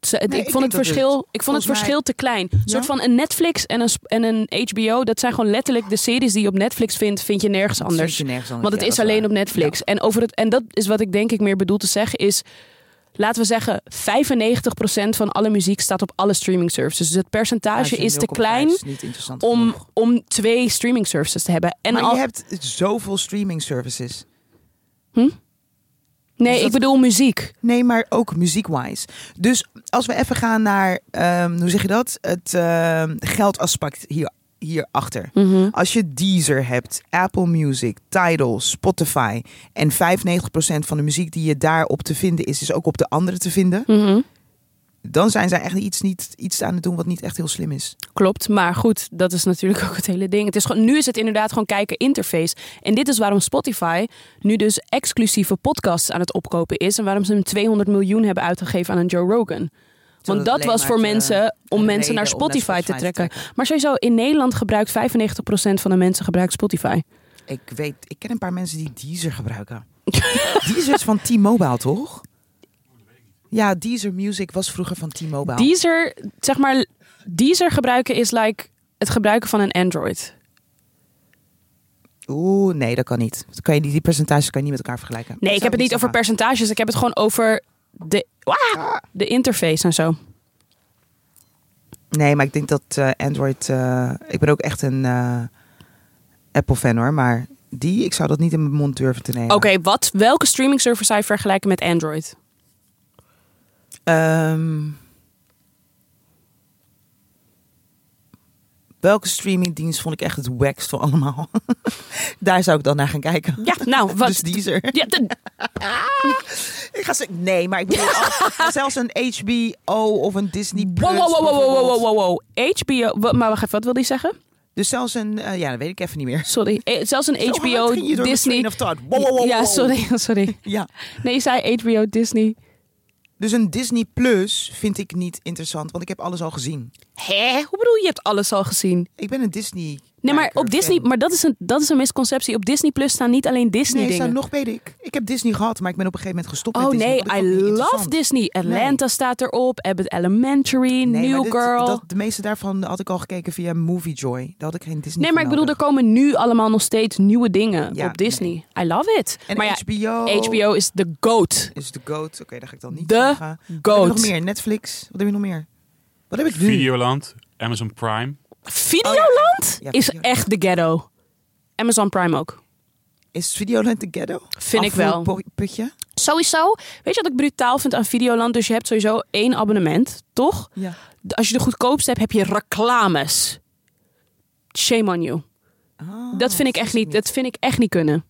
Speaker 1: Ze- het-
Speaker 2: Nee,
Speaker 1: ik
Speaker 2: ik
Speaker 1: vond
Speaker 2: denk
Speaker 1: het
Speaker 2: dat het-
Speaker 1: verschil, ik vond het
Speaker 2: volgens mij-
Speaker 1: verschil te klein. Een soort van een Netflix en een, sp- en een HBO, dat zijn gewoon letterlijk de series die je op Netflix vindt, vind je nergens
Speaker 2: Dat vind
Speaker 1: anders.
Speaker 2: je nergens anders.
Speaker 1: Want het
Speaker 2: Oh, Ja,
Speaker 1: is
Speaker 2: dat
Speaker 1: alleen
Speaker 2: waar.
Speaker 1: op Netflix. En, over het, en dat is wat ik denk ik meer bedoel te zeggen is... Laten we zeggen, 95% van alle muziek staat op alle streaming services. Dus het percentage is te
Speaker 2: 0,5
Speaker 1: klein
Speaker 2: is niet interessant
Speaker 1: om,
Speaker 2: genoeg.
Speaker 1: om twee streaming services te hebben. En
Speaker 2: maar
Speaker 1: al,
Speaker 2: je hebt zoveel streaming services.
Speaker 1: nee,
Speaker 2: dus
Speaker 1: ik
Speaker 2: dat-
Speaker 1: bedoel muziek.
Speaker 2: Nee, maar ook muziekwise. Dus als we even gaan naar, ehm, hoe zeg je dat? Het ehm, geldaspect hier, hierachter. Als je Deezer hebt, Apple Music, Tidal, Spotify... en 95% van de muziek die je daarop te vinden is... is ook op de andere te vinden...
Speaker 1: Mhm.
Speaker 2: dan zijn zij echt iets, niet, iets aan het doen wat niet echt heel slim is.
Speaker 1: Klopt, maar goed, dat is natuurlijk ook het hele ding. Het is gewoon, nu is het inderdaad gewoon kijken interface. En dit is waarom Spotify nu dus exclusieve podcasts aan het opkopen is. En waarom ze hem 200 miljoen hebben uitgegeven aan een Joe Rogan. Want
Speaker 2: Zodat
Speaker 1: dat
Speaker 2: alleen
Speaker 1: was
Speaker 2: maar
Speaker 1: voor
Speaker 2: de-
Speaker 1: mensen om mensen
Speaker 2: de
Speaker 1: naar
Speaker 2: reden om naar
Speaker 1: Spotify, te,
Speaker 2: Spotify te
Speaker 1: trekken.
Speaker 2: trekken.
Speaker 1: Maar sowieso, in Nederland gebruikt 95% van de mensen gebruikt Spotify.
Speaker 2: Ik weet, ik ken een paar mensen die Deezer gebruiken. Deezer is van T-Mobile, toch? Ja, Deezer Music was vroeger van T-Mobile.
Speaker 1: Deezer, zeg maar, Deezer gebruiken is like het gebruiken van een Android.
Speaker 2: Oeh, nee, dat kan niet. Dat kan je, die, die percentages kan je niet met elkaar vergelijken.
Speaker 1: Nee, ik
Speaker 2: Zou
Speaker 1: heb het niet over
Speaker 2: zeggen. Ah.
Speaker 1: percentages. Ik heb het gewoon over de, Ah, de interface en zo.
Speaker 2: Nee, maar ik denk dat eh, Android. eh, ik ben ook echt een Apple-fan hoor. Maar die, ik zou dat niet in mijn mond durven te nemen.
Speaker 1: Oké, wat? Welke streaming service zou je vergelijken met Android?
Speaker 2: Ehm, welke streamingdienst vond ik echt het wackst van allemaal? Daar zou ik dan naar gaan kijken.
Speaker 1: Ja, nou, wat?
Speaker 2: Dus Deezer.
Speaker 1: Ja, de-
Speaker 2: Ik ga ze, nee, maar ik bedoel, als- zelfs een HBO of een Disney Plus.
Speaker 1: wow, wow, wow, wow, wow,
Speaker 2: bijvoorbeeld.
Speaker 1: wow, wow, wow. HBO, wa- maar wacht even, wat wil die zeggen?
Speaker 2: Dus zelfs een, eh, ja, dat weet ik even niet meer.
Speaker 1: Sorry, eh, zelfs een
Speaker 2: Zo hard
Speaker 1: HBO,
Speaker 2: ging je door de
Speaker 1: Disney.
Speaker 2: train of thought. Wow, wow, wow,
Speaker 1: ja,
Speaker 2: wow.
Speaker 1: sorry, sorry.
Speaker 2: Ja.
Speaker 1: Nee, je zei HBO, Disney.
Speaker 2: Dus een Disney Plus vind ik niet interessant, want ik heb alles al gezien.
Speaker 1: Hé, hoe bedoel je, je hebt alles al gezien?
Speaker 2: Ik ben een Disney.
Speaker 1: Nee, maar op
Speaker 2: kijker,
Speaker 1: Disney,
Speaker 2: fan.
Speaker 1: maar dat is een, dat is een misconceptie. Op Disney Plus staan niet alleen Disney
Speaker 2: Nee, er staan
Speaker 1: dingen.
Speaker 2: nog weet ik. Ik heb Disney gehad, maar ik ben op een gegeven moment gestopt
Speaker 1: Oh
Speaker 2: met Disney.
Speaker 1: nee,
Speaker 2: want ik
Speaker 1: I
Speaker 2: vond het niet
Speaker 1: love
Speaker 2: interessant.
Speaker 1: Disney. Atlanta staat erop, Abbott Elementary,
Speaker 2: Nee, maar
Speaker 1: New
Speaker 2: dit-
Speaker 1: Girl.
Speaker 2: Dat, de meeste daarvan had ik al gekeken via Moviejoy. Daar had ik geen Disney
Speaker 1: nee, maar ik
Speaker 2: voor
Speaker 1: bedoel, er
Speaker 2: nodig.
Speaker 1: komen nu allemaal nog steeds nieuwe dingen
Speaker 2: Ja,
Speaker 1: op Disney. I love it.
Speaker 2: En
Speaker 1: maar ja,
Speaker 2: HBO.
Speaker 1: HBO is de goat.
Speaker 2: Is de GOAT. Oké, daar ga ik dan niet
Speaker 1: De
Speaker 2: van gaan. Wat heb
Speaker 1: goat.
Speaker 2: je nog meer? Netflix? Wat heb je nog meer? Wat heb ik nu?
Speaker 6: Videoland, Amazon Prime.
Speaker 1: Videoland
Speaker 2: Ja,
Speaker 1: is
Speaker 2: Videoland.
Speaker 1: echt de ghetto. Amazon Prime ook.
Speaker 2: Is Videoland de ghetto?
Speaker 1: Vind ik wel.
Speaker 2: Putje?
Speaker 1: Sowieso, weet je wat ik brutaal vind aan Videoland? Dus je hebt sowieso één abonnement, toch?
Speaker 2: Ja.
Speaker 1: De- Als je de goedkoopste hebt, heb je reclames. Shame on you.
Speaker 2: Ah,
Speaker 1: dat vind ik echt niet. Dat vind ik echt niet kunnen.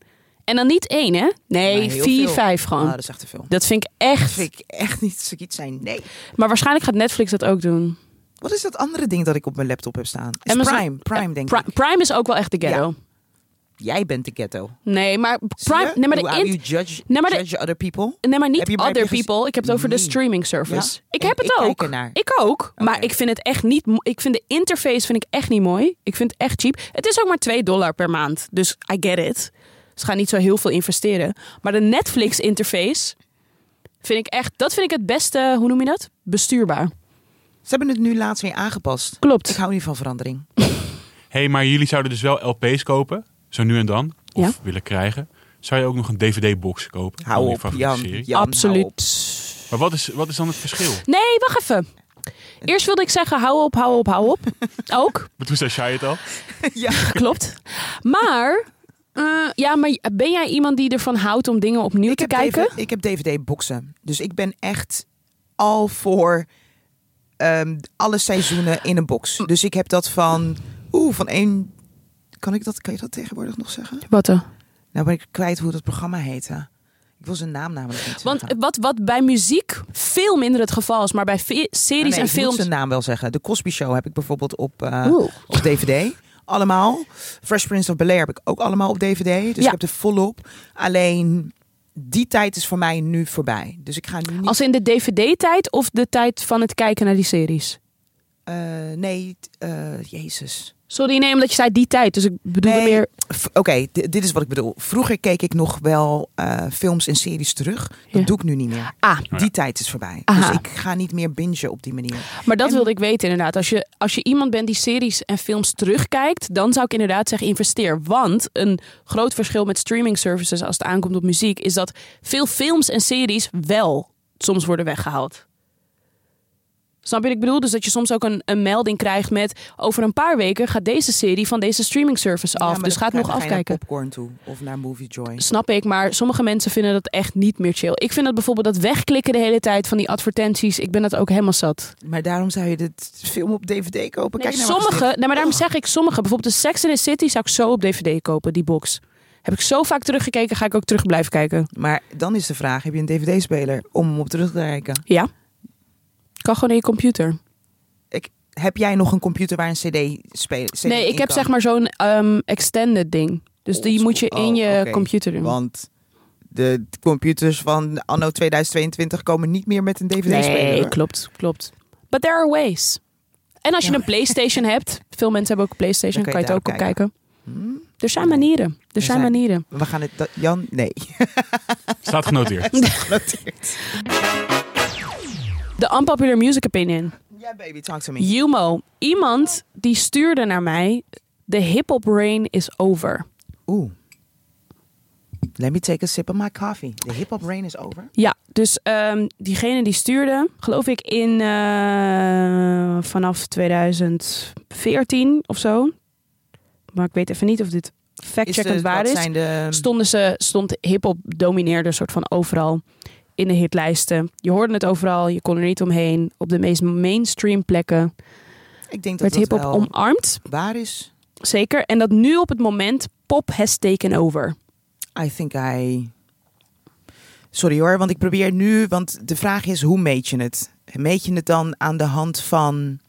Speaker 1: En dan niet één, hè?
Speaker 2: Maar
Speaker 1: Nee,
Speaker 2: heel
Speaker 1: vier,
Speaker 2: veel.
Speaker 1: vijf gewoon.
Speaker 2: Ah, dat is echt te veel.
Speaker 1: Dat vind ik echt.
Speaker 2: Dat vind ik echt niet zoiets zijn. Nee.
Speaker 1: Maar waarschijnlijk gaat Netflix dat ook doen.
Speaker 2: Wat is dat andere ding dat ik op mijn laptop heb staan? Is
Speaker 1: Amazon-
Speaker 2: Prime. Prime, denk
Speaker 1: Pri-
Speaker 2: ik.
Speaker 1: Prime is ook wel echt de ghetto.
Speaker 2: Jij bent de ghetto.
Speaker 1: Nee, maar
Speaker 2: Zie
Speaker 1: Prime.
Speaker 2: je?
Speaker 1: Nee, maar de
Speaker 2: Hoe
Speaker 1: int-
Speaker 2: you judge,
Speaker 1: Nee, maar de-
Speaker 2: judge other people?
Speaker 1: Nee, maar niet
Speaker 2: Heb je- maar heb
Speaker 1: other
Speaker 2: je gezien-
Speaker 1: people. Ik heb het over de
Speaker 2: Nee.
Speaker 1: streaming service.
Speaker 2: Ja?
Speaker 1: Ik
Speaker 2: En
Speaker 1: heb het
Speaker 2: ik
Speaker 1: ook.
Speaker 2: kijk ernaar.
Speaker 1: Ik ook. Maar
Speaker 2: Oké.
Speaker 1: ik vind het echt niet. mo- Ik vind de interface vind ik echt niet mooi. Ik vind het echt cheap. Het is ook maar 2 dollar per maand. Dus I get it. Ze gaan niet zo heel veel investeren. Maar de Netflix interface vind ik echt. Dat vind ik het beste. Hoe noem je dat? Bestuurbaar.
Speaker 2: Ze hebben het nu laatst weer aangepast.
Speaker 1: Klopt.
Speaker 2: Ik hou niet van verandering.
Speaker 6: hey, maar jullie zouden dus wel LP's kopen, zo nu en dan, of
Speaker 1: Ja.
Speaker 6: willen krijgen. Zou je ook nog een DVD-box kopen? van
Speaker 2: Hou
Speaker 6: je
Speaker 2: op, Jan.
Speaker 6: favoriete serie?
Speaker 2: Jan, hou op.
Speaker 1: Absoluut.
Speaker 6: Maar wat is, wat is dan het verschil?
Speaker 1: Nee, wacht even. Eerst wilde ik zeggen, hou op, hou op, hou op. Ook.
Speaker 6: Maar toen zei jij het al.
Speaker 1: Klopt. Maar, eh, ja, maar ben jij iemand die ervan houdt om dingen opnieuw te
Speaker 2: heb
Speaker 1: kijken?
Speaker 2: DV ik heb DVD-boxen. Dus ik ben echt al voor ehm, alle seizoenen in een box. Dus ik heb dat van... Oeh, van één... Kan, ik dat, kan je dat tegenwoordig nog zeggen?
Speaker 1: Wat dan?
Speaker 2: Nou ben ik kwijt hoe dat programma heette. Ik wil zijn naam namelijk niet
Speaker 1: Want
Speaker 2: zeggen.
Speaker 1: wat, wat bij muziek veel minder het geval is, maar bij fi-
Speaker 2: Ah,
Speaker 1: series
Speaker 2: nee,
Speaker 1: en
Speaker 2: ik moet
Speaker 1: films.
Speaker 2: zijn naam wel zeggen. De Cosby Show heb ik bijvoorbeeld op, eh,
Speaker 1: Oeh.
Speaker 2: op DVD. Allemaal. Fresh Prince of Bel-Air heb ik ook allemaal op DVD.
Speaker 1: Ja.
Speaker 2: Dus ik heb er volop. Alleen die tijd is voor mij nu voorbij. Dus ik ga nu niet...
Speaker 1: Als in de DVD-tijd of de tijd van het kijken naar die series?
Speaker 2: eh, nee, t- eh, jezus.
Speaker 1: Sorry, nee, omdat je zei die tijd. Dus ik bedoelde
Speaker 2: Nee,
Speaker 1: meer.
Speaker 2: v- Oké, di- dit is wat ik bedoel. Vroeger keek ik nog wel eh, films en series terug. Dat
Speaker 1: Ja.
Speaker 2: doe ik nu niet meer.
Speaker 1: Ah,
Speaker 2: Die tijd is voorbij.
Speaker 1: Aha.
Speaker 2: Dus ik ga niet meer bingen op die manier.
Speaker 1: maar dat
Speaker 2: En-
Speaker 1: wilde ik weten inderdaad. Als je, als je iemand bent die series en films terugkijkt, dan zou ik inderdaad zeggen investeer. Want een groot verschil met streaming services als het aankomt op muziek, is dat veel films en series wel soms worden weggehaald. Snap je wat ik bedoel? Dus dat je soms ook een, een melding krijgt met... over een paar weken gaat deze serie van deze streaming service
Speaker 2: Ja,
Speaker 1: af.
Speaker 2: maar
Speaker 1: dus
Speaker 2: dan
Speaker 1: ga het
Speaker 2: ga-
Speaker 1: nog
Speaker 2: dan ga je
Speaker 1: afkijken.
Speaker 2: Naar popcorn toe of naar Movie Joy.
Speaker 1: Snap ik, maar sommige mensen vinden dat echt niet meer chill. Ik vind dat bijvoorbeeld dat wegklikken de hele tijd van die advertenties... ik ben dat ook helemaal zat.
Speaker 2: Maar daarom zou je dit film op DVD kopen.
Speaker 1: Nee,
Speaker 2: Kijk nou
Speaker 1: sommige, nee, maar daarom zeg ik sommige. Bijvoorbeeld de Sex in the City zou ik zo op DVD kopen, die box. Heb ik zo vaak teruggekeken, ga ik ook terug blijven kijken.
Speaker 2: Maar dan is de vraag: heb je een DVD-speler om hem op terug te kijken?
Speaker 1: Ja. Kan gewoon in je computer.
Speaker 2: Ik, heb jij nog een computer waar een CD-speler?
Speaker 1: nee, ik heb zeg maar zo'n ehm, extended ding. Dus die moet je in je computer doen.
Speaker 2: Oh, Want de computers van anno 2022 komen niet meer met een DVD-speler.
Speaker 1: Nee,
Speaker 2: hoor.
Speaker 1: klopt, klopt. But there are ways. En als je
Speaker 2: Ja.
Speaker 1: een PlayStation hebt, veel mensen hebben ook een PlayStation, kan,
Speaker 2: Dan kun je
Speaker 1: je het ook op
Speaker 2: daarop
Speaker 1: kijken.
Speaker 2: Hmm?
Speaker 1: Er zijn manieren. Er, zijn,
Speaker 2: zijn-
Speaker 1: manieren.
Speaker 2: We gaan het. dat- Jan, nee.
Speaker 6: Staat genoteerd.
Speaker 1: De unpopular music opinion.
Speaker 2: Ja, baby, talk to me.
Speaker 1: Jumo, iemand die stuurde naar mij: de hip-hop rain is over.
Speaker 2: Oeh. Let me take a sip of my coffee. The hip-hop rain is over.
Speaker 1: Ja, dus ehm, diegene die stuurde, geloof ik in eh, vanaf 2014 of zo. Maar ik weet even niet of dit factcheckend
Speaker 2: de-
Speaker 1: waar
Speaker 2: wat
Speaker 1: is.
Speaker 2: zijn ehm, de...
Speaker 1: Stonden ze, stond hip-hop domineerde soort van overal in de hitlijsten. Je hoorde het overal, je kon er niet omheen. Op de meest mainstream plekken
Speaker 2: ik denk dat
Speaker 1: werd
Speaker 2: dat
Speaker 1: hip-hop
Speaker 2: wel
Speaker 1: omarmd.
Speaker 2: waar is.
Speaker 1: Zeker. En dat nu op het moment pop has taken over.
Speaker 2: I think I... Sorry hoor, want ik probeer nu... Want de vraag is, hoe meet je het? Meet je het dan aan de hand van...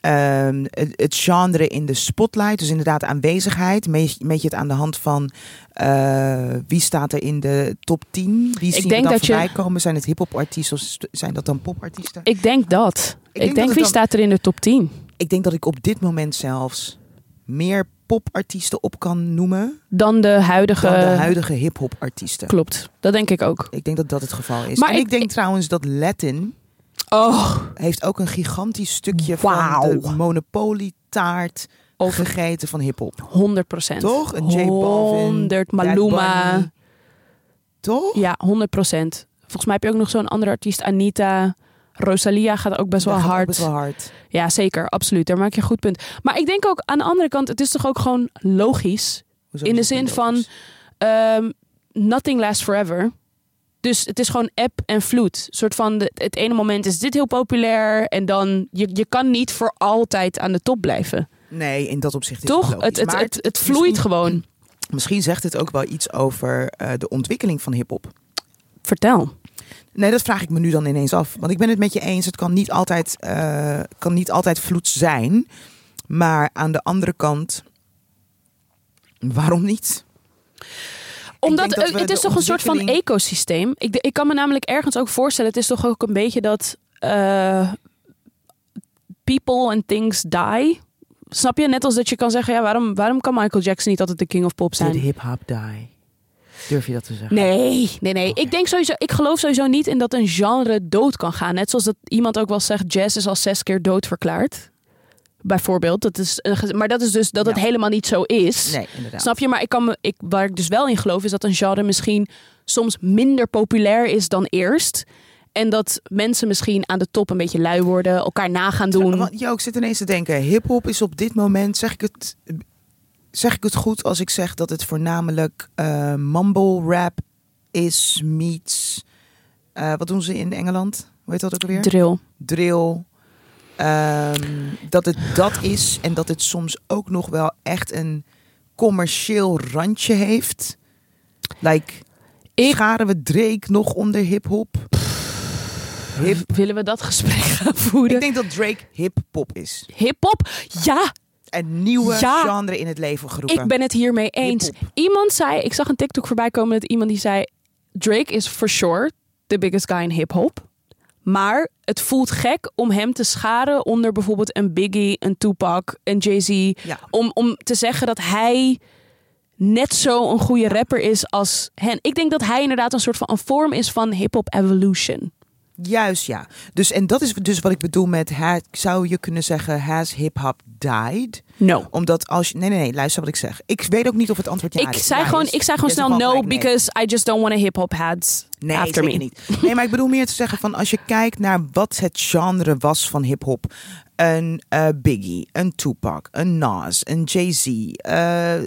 Speaker 2: ehm, het, het genre in de spotlight, dus inderdaad aanwezigheid. Meet, meet je het aan de hand van eh, wie staat er in de top 10? Wie zien we
Speaker 1: denk
Speaker 2: dan
Speaker 1: dat je-
Speaker 2: voorbij komen? Zijn het hip-hop artiesten of st- zijn dat dan popartiesten?
Speaker 1: Ik denk dat. Ik, denk,
Speaker 2: denk dat het
Speaker 1: wie
Speaker 2: dan-
Speaker 1: staat er in de top 10?
Speaker 2: Ik denk dat ik op dit moment zelfs meer popartiesten op kan noemen
Speaker 1: Dan de huidige...
Speaker 2: dan de huidige hip-hop artiesten.
Speaker 1: Klopt, dat denk ik ook.
Speaker 2: Ik denk dat dat het geval is.
Speaker 1: Maar
Speaker 2: en ik,
Speaker 1: ik-
Speaker 2: denk trouwens dat Latin
Speaker 1: Oh,
Speaker 2: heeft ook een gigantisch stukje
Speaker 1: Wauw.
Speaker 2: van de monopolietaart
Speaker 1: over
Speaker 2: gegeten van hip-hop.
Speaker 1: 100 procent.
Speaker 2: Toch? Een J Balvin,
Speaker 1: 100
Speaker 2: Bad
Speaker 1: Maluma.
Speaker 2: Bunny. Toch?
Speaker 1: Ja, 100 procent. Volgens mij heb je ook nog zo'n andere artiest, Anita. Rosalia gaat ook best wel
Speaker 2: Dat gaat ook
Speaker 1: hard.
Speaker 2: Best wel hard.
Speaker 1: Ja, zeker, absoluut. Daar maak je een goed punt. Maar ik denk ook aan de andere kant, het is toch ook gewoon logisch.
Speaker 2: Hoezo
Speaker 1: In
Speaker 2: is
Speaker 1: de zin
Speaker 2: het niet
Speaker 1: van-
Speaker 2: logisch?
Speaker 1: Ehm, nothing lasts forever. Dus het is gewoon app en vloed. Een soort van de- het ene moment is dit heel populair en dan je, je kan niet voor altijd aan de top blijven.
Speaker 2: Nee, in dat opzicht is
Speaker 1: Toch?
Speaker 2: het,
Speaker 1: Het,
Speaker 2: logisch.
Speaker 1: het,
Speaker 2: Maar
Speaker 1: het, het vloeit
Speaker 2: misschien-
Speaker 1: gewoon.
Speaker 2: Misschien zegt het ook wel iets over eh, de ontwikkeling van hip-hop.
Speaker 1: Vertel.
Speaker 2: Nee, dat vraag ik me nu dan ineens af. Want ik ben het met je eens. Het kan niet altijd, eh, kan niet altijd vloed zijn. Maar aan de andere kant, waarom niet?
Speaker 1: Omdat
Speaker 2: denk dat
Speaker 1: eh,
Speaker 2: we
Speaker 1: het is
Speaker 2: de
Speaker 1: toch een soort van
Speaker 2: ontwikkeling-
Speaker 1: ecosysteem. Ik, de- ik kan me namelijk ergens ook voorstellen, het is toch ook een beetje dat eh, people and things die. Snap je? Net als dat je kan zeggen, ja, waarom, waarom kan Michael Jackson niet altijd de king of pop zijn?
Speaker 2: hip-hop die? Durf je dat te zeggen?
Speaker 1: Nee, nee, nee. Ik denk sowieso, ik geloof sowieso niet in dat een genre dood kan gaan. Net zoals dat iemand ook wel zegt, jazz is al zes keer dood verklaard. Bijvoorbeeld. Dat is een ge- maar dat is dus dat het
Speaker 2: Ja.
Speaker 1: helemaal niet zo is.
Speaker 2: Nee, inderdaad.
Speaker 1: Snap je? Maar ik kan me, ik, waar ik dus wel in geloof is dat een genre misschien soms minder populair is dan eerst. En dat mensen misschien aan de top een beetje lui worden, elkaar na gaan doen.
Speaker 2: Want, yo, ik zit ineens te denken. Hip-hop is op dit moment, zeg ik het, zeg ik het goed als ik zeg dat het voornamelijk eh, mumble rap is, meets. eh, wat doen ze in Engeland? Hoe heet dat ook alweer?
Speaker 1: Drill.
Speaker 2: drill. Ehm, dat het dat is en dat het soms ook nog wel echt een commercieel randje heeft. Like,
Speaker 1: Ik-
Speaker 2: scharen we Drake nog onder hip-hop? Hip.
Speaker 1: Willen we dat gesprek gaan voeren?
Speaker 2: Ik denk dat Drake hip-hop is.
Speaker 1: Hip-hop? Ja,
Speaker 2: Een nieuwe
Speaker 1: Ja.
Speaker 2: genre in het leven geroepen.
Speaker 1: Ik ben het hiermee eens.
Speaker 2: Hip-hop.
Speaker 1: Iemand zei, ik zag een TikTok voorbij komen dat iemand die zei: Drake is for sure the biggest guy in hip-hop. Maar het voelt gek om hem te scharen onder bijvoorbeeld een Biggie, een Tupac, een Jay-Z.
Speaker 2: Ja.
Speaker 1: Om, om te zeggen dat hij net zo een goede rapper is als hen. Ik denk dat hij inderdaad een soort van een vorm is van hip-hop evolution.
Speaker 2: Juist, ja. Dus, en dat is dus wat ik bedoel met... ha- zou je kunnen zeggen, has hip-hop died?
Speaker 1: No.
Speaker 2: Omdat als je... Nee, nee, nee, luister wat ik zeg. Ik weet ook niet of het antwoord ja
Speaker 1: ik,
Speaker 2: is.
Speaker 1: zei
Speaker 2: Ja dus
Speaker 1: gewoon,
Speaker 2: is.
Speaker 1: ik zei gewoon
Speaker 2: Je
Speaker 1: snel
Speaker 2: zegt
Speaker 1: no,
Speaker 2: gelijk nee.
Speaker 1: because I just don't want a hip-hop heads
Speaker 2: Nee,
Speaker 1: after me.
Speaker 2: zeker niet. Nee, maar ik bedoel meer te zeggen van als je kijkt naar wat het genre was van hip-hop. Een eh, Biggie, een Tupac, een Nas, een Jay-Z, eh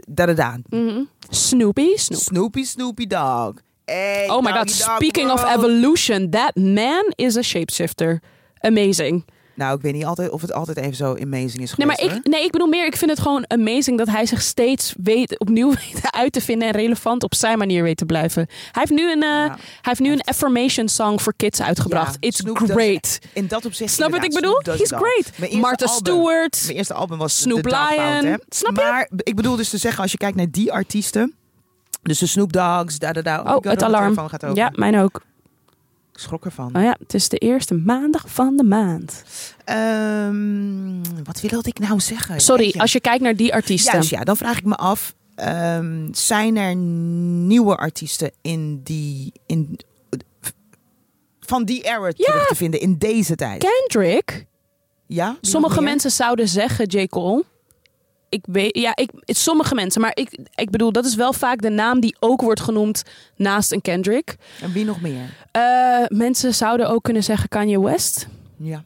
Speaker 2: da da da.
Speaker 1: Mhm. Snoopy? Snoop.
Speaker 2: Snoopy, Snoopy Dog. Hey,
Speaker 1: Oh my god,
Speaker 2: Doggy Dog
Speaker 1: speaking of
Speaker 2: World.
Speaker 1: evolution, that man is a shapeshifter. Amazing.
Speaker 2: Nou, ik weet niet altijd of het altijd even zo amazing is geweest.
Speaker 1: Nee, maar
Speaker 2: hoor.
Speaker 1: ik, nee, ik bedoel meer, ik vind het gewoon amazing dat hij zich steeds weet, opnieuw weet uit te vinden en relevant op zijn manier weet te blijven. Hij heeft nu een, eh,
Speaker 2: Nou,
Speaker 1: hij heeft nu een affirmation song voor kids uitgebracht.
Speaker 2: Ja,
Speaker 1: It's
Speaker 2: Snoop does-
Speaker 1: great.
Speaker 2: In dat opzicht.
Speaker 1: Snap wat ik
Speaker 2: inderdaad,
Speaker 1: bedoel?
Speaker 2: Snoop does
Speaker 1: He's
Speaker 2: it all.
Speaker 1: great.
Speaker 2: Mijn eerste
Speaker 1: Martha
Speaker 2: album-
Speaker 1: Stewart.
Speaker 2: Mijn eerste album was
Speaker 1: Snoop
Speaker 2: The Dog Pound,
Speaker 1: Lion.
Speaker 2: hè.
Speaker 1: Snap je?
Speaker 2: Maar ik bedoel dus te zeggen, als je kijkt naar die artiesten. Dus de Snoop Dogs, da da da.
Speaker 1: Oh, het alarm.
Speaker 2: Gaat over.
Speaker 1: Ja, mijn ook.
Speaker 2: Ik schrok ervan.
Speaker 1: Oh ja, het is de eerste maandag van de maand.
Speaker 2: Ehm, wat wilde ik nou zeggen?
Speaker 1: Sorry,
Speaker 2: Jeetje.
Speaker 1: als je kijkt naar die artiesten.
Speaker 2: Juist, ja, dan vraag ik me af. ehm, zijn er nieuwe artiesten in die... In, van die era terug te vinden in deze tijd?
Speaker 1: Kendrick,
Speaker 2: ja? Wie nog
Speaker 1: sommige
Speaker 2: meer?
Speaker 1: mensen zouden zeggen J. Cole. ik weet, ja, ik, het- sommige mensen. Maar ik, ik bedoel, dat is wel vaak de naam die ook wordt genoemd naast een Kendrick.
Speaker 2: En wie nog meer?
Speaker 1: Eh, mensen zouden ook kunnen zeggen Kanye West.
Speaker 2: Ja.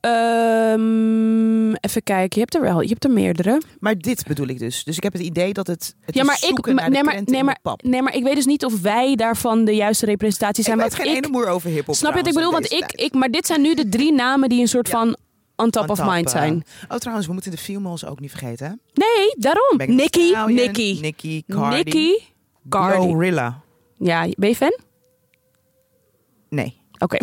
Speaker 1: Ehm, even kijken, je hebt er wel, je hebt er meerdere.
Speaker 2: Maar dit bedoel ik dus. Dus ik heb het idee dat het, het
Speaker 1: ja,
Speaker 2: is
Speaker 1: maar ik,
Speaker 2: zoeken naar de
Speaker 1: nee, maar,
Speaker 2: krenten
Speaker 1: nee,
Speaker 2: in de
Speaker 1: maar,
Speaker 2: pap.
Speaker 1: nee, maar ik weet dus niet of wij daarvan de juiste representatie zijn.
Speaker 2: ik
Speaker 1: wat
Speaker 2: weet geen
Speaker 1: ik,
Speaker 2: ene moer over hiphop.
Speaker 1: Snap je wat ik bedoel?
Speaker 2: trouwens,
Speaker 1: Want
Speaker 2: in
Speaker 1: ik,
Speaker 2: deze tijd.
Speaker 1: ik, maar dit zijn nu de drie namen die een soort
Speaker 2: Ja.
Speaker 1: van on top
Speaker 2: On
Speaker 1: of
Speaker 2: top,
Speaker 1: mind
Speaker 2: eh,
Speaker 1: zijn.
Speaker 2: Oh, trouwens, we moeten de females ook niet vergeten. hè?
Speaker 1: Nee, daarom.
Speaker 2: Megan Thee
Speaker 1: Nicky,
Speaker 2: Stallion,
Speaker 1: Nicky,
Speaker 2: Nicki, Cardi.
Speaker 1: Nicky, Cardi.
Speaker 2: Glorilla.
Speaker 1: Ja, ben je fan?
Speaker 2: Nee.
Speaker 1: Oké.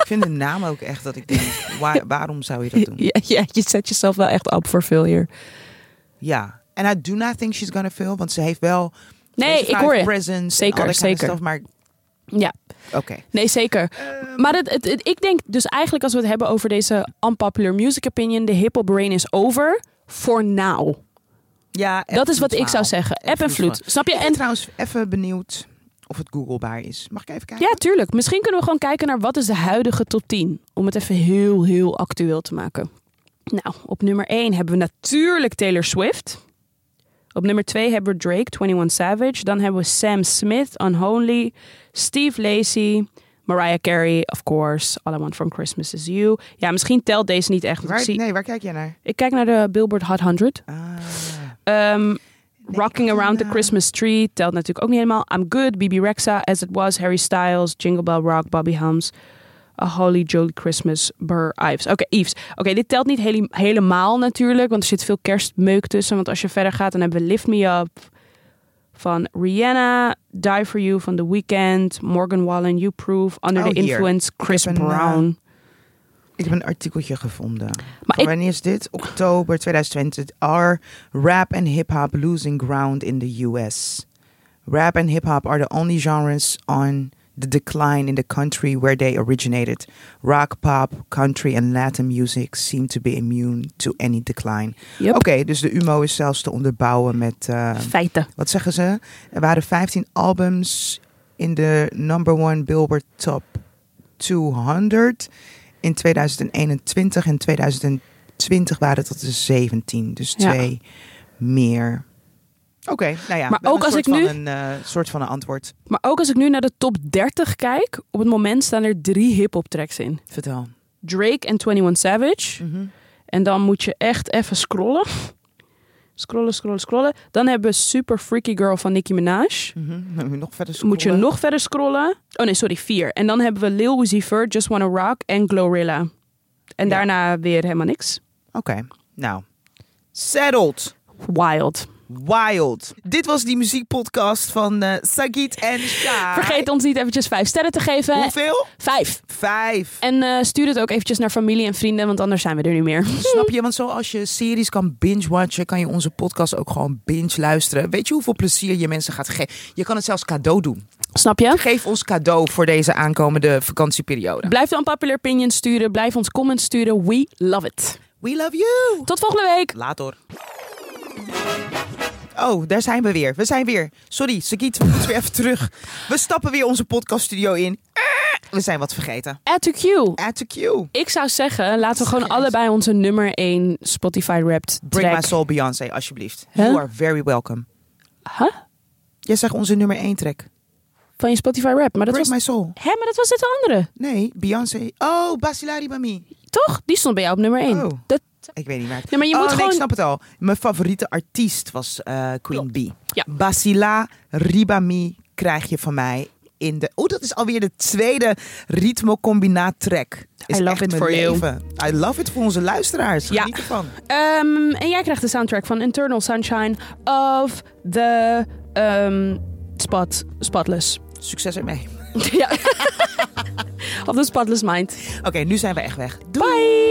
Speaker 2: Ik vind de naam ook echt dat ik denk, waar- waarom zou je dat doen?
Speaker 1: Ja, ja, je zet jezelf wel echt op voor failure.
Speaker 2: Ja. En I do not think she's gonna fail, want ze heeft wel...
Speaker 1: Nee,
Speaker 2: deze
Speaker 1: ik
Speaker 2: vrouw
Speaker 1: hoor
Speaker 2: heeft
Speaker 1: je.
Speaker 2: Presence en
Speaker 1: Zeker,
Speaker 2: all that kind of
Speaker 1: zeker.
Speaker 2: stuff, maar
Speaker 1: Ja,
Speaker 2: oké.
Speaker 1: nee, zeker.
Speaker 2: Ehm.
Speaker 1: Maar het, het, het- ik denk dus eigenlijk als we het hebben over deze unpopular music opinion, de hip-hop brain is over. For now.
Speaker 2: Ja, app
Speaker 1: Dat is wat
Speaker 2: vloed
Speaker 1: ik zou
Speaker 2: verhaal.
Speaker 1: zeggen. App en vloed. Snap je?
Speaker 2: Ik ben
Speaker 1: En
Speaker 2: trouwens even benieuwd of het googlebaar is. Mag ik even kijken?
Speaker 1: ja, tuurlijk. Misschien kunnen we gewoon kijken naar wat is de huidige top 10. Om het even heel, heel actueel te maken. Nou, op nummer 1 hebben we natuurlijk Taylor Swift. Op nummer 2 hebben we Drake, 21 Savage. Dan hebben we Sam Smith, Unholy. Steve Lacey, Mariah Carey, of course. All I Want From Christmas Is You. Ja, misschien telt deze niet echt. want
Speaker 2: Waar,
Speaker 1: ik, zie,
Speaker 2: nee, waar kijk jij naar?
Speaker 1: ik kijk naar de Billboard Hot 100.
Speaker 2: Ah.
Speaker 1: Ehm, Rocking
Speaker 2: ik kan,
Speaker 1: Around the
Speaker 2: eh,
Speaker 1: Christmas Tree telt natuurlijk ook niet helemaal. I'm Good, BB Rexa, As It Was, Harry Styles, Jingle Bell Rock, Bobby Hums. A Holy Jolly Christmas, Burr Ives. Oké, Ives. Oké, dit telt niet hele- helemaal natuurlijk, want er zit veel kerstmeuk tussen. Want als je verder gaat, dan hebben we Lift Me Up van Rihanna, Die For You van The Weeknd, Morgan Wallen, You Proof, Under
Speaker 2: Oh,
Speaker 1: the
Speaker 2: hier.
Speaker 1: Influence, Chris
Speaker 2: heb een, eh,
Speaker 1: Brown.
Speaker 2: Ik heb een artikeltje gevonden.
Speaker 1: maar
Speaker 2: Van
Speaker 1: ik,
Speaker 2: wanneer is dit? Oktober 2020. Are rap and hip-hop losing ground in the US? Rap and hip-hop are the only genres on the decline in the country where they originated. Rock, pop, country and Latin music seem to be immune to any decline.
Speaker 1: Yep.
Speaker 2: Oké, dus de UMO is zelfs te onderbouwen met... eh,
Speaker 1: feiten.
Speaker 2: wat zeggen ze? Er waren 15 albums in de number one Billboard Top 200 in 2021 en 2020 waren het tot de 17, dus
Speaker 1: Ja.
Speaker 2: twee meer. Oké, nou ja.
Speaker 1: Maar
Speaker 2: wel
Speaker 1: ook
Speaker 2: een
Speaker 1: als
Speaker 2: soort
Speaker 1: ik
Speaker 2: van
Speaker 1: nu-
Speaker 2: een eh, soort van een antwoord
Speaker 1: Maar ook als ik nu naar de top 30 kijk, op het moment staan er drie hip-hop tracks in.
Speaker 2: vertel.
Speaker 1: Drake en 21 Savage.
Speaker 2: Mhm.
Speaker 1: En dan moet je echt even scrollen. Scrollen, scrollen, scrollen. Dan hebben we Super Freaky Girl van Nicki Minaj.
Speaker 2: Mhm. Dan moet je nog verder
Speaker 1: Moet je
Speaker 2: scrollen.
Speaker 1: nog verder scrollen. Oh nee, sorry, vier. En dan hebben we Lil Uzi Vert, Just Wanna Rock en Glorilla. En
Speaker 2: Ja.
Speaker 1: daarna weer helemaal niks.
Speaker 2: Oké, nou. Settled.
Speaker 1: Wild.
Speaker 2: Wild. Dit was die muziekpodcast van eh, Sagit en Shai.
Speaker 1: Vergeet ons niet eventjes vijf sterren te geven.
Speaker 2: Hoeveel?
Speaker 1: Vijf.
Speaker 2: Vijf.
Speaker 1: En eh, stuur het ook eventjes naar familie en vrienden, want anders zijn we er niet meer.
Speaker 2: Snap je? Want zoals je series kan binge-watchen, kan je onze podcast ook gewoon binge-luisteren. Weet je hoeveel plezier je mensen gaat geven? Je kan het zelfs cadeau doen.
Speaker 1: Snap je?
Speaker 2: Geef ons cadeau voor deze aankomende vakantieperiode.
Speaker 1: Blijf de Unpopular Opinion sturen. Blijf ons comments sturen. We love it.
Speaker 2: We love you!
Speaker 1: Tot volgende week.
Speaker 2: Later. Oh, daar zijn we weer. We zijn weer. Sorry, Sagiet, we moeten weer even terug. We stappen weer onze podcaststudio in. Ah, We zijn wat vergeten.
Speaker 1: Add to queue.
Speaker 2: Add to queue.
Speaker 1: Ik zou zeggen, laten we gewoon
Speaker 2: Serieus?
Speaker 1: allebei onze nummer 1 Spotify Wrapped
Speaker 2: Bring
Speaker 1: track.
Speaker 2: my soul, Beyoncé, alsjeblieft.
Speaker 1: Huh?
Speaker 2: You are very welcome.
Speaker 1: Huh?
Speaker 2: Jij zegt onze nummer 1 track.
Speaker 1: Van je Spotify Wrapped. Maar dat
Speaker 2: Break
Speaker 1: was...
Speaker 2: my soul.
Speaker 1: Hé, maar dat was net de andere.
Speaker 2: Nee, Beyoncé. Oh, Basilari Bami.
Speaker 1: Toch? Die stond bij jou op nummer 1.
Speaker 2: Oh.
Speaker 1: Dat...
Speaker 2: Ik weet niet waar.
Speaker 1: Nee, maar je
Speaker 2: oh,
Speaker 1: moet
Speaker 2: nee,
Speaker 1: gewoon-
Speaker 2: ik snap het al. Mijn favoriete artiest was eh, Queen Bee.
Speaker 1: Ja.
Speaker 2: Basila Ribami krijg je van mij in de... Oh, dat is alweer de tweede ritmo-combinaat-track. Is
Speaker 1: I love
Speaker 2: echt
Speaker 1: it
Speaker 2: mijn
Speaker 1: for you.
Speaker 2: leven. I love it voor onze luisteraars.
Speaker 1: Ja.
Speaker 2: Geniet ervan.
Speaker 1: Ehm, en jij krijgt de soundtrack van Internal Sunshine of the ehm, spot, Spotless.
Speaker 2: Succes ermee.
Speaker 1: ja. of the Spotless Mind.
Speaker 2: Oké, nu zijn we echt weg. Doei.
Speaker 1: Bye!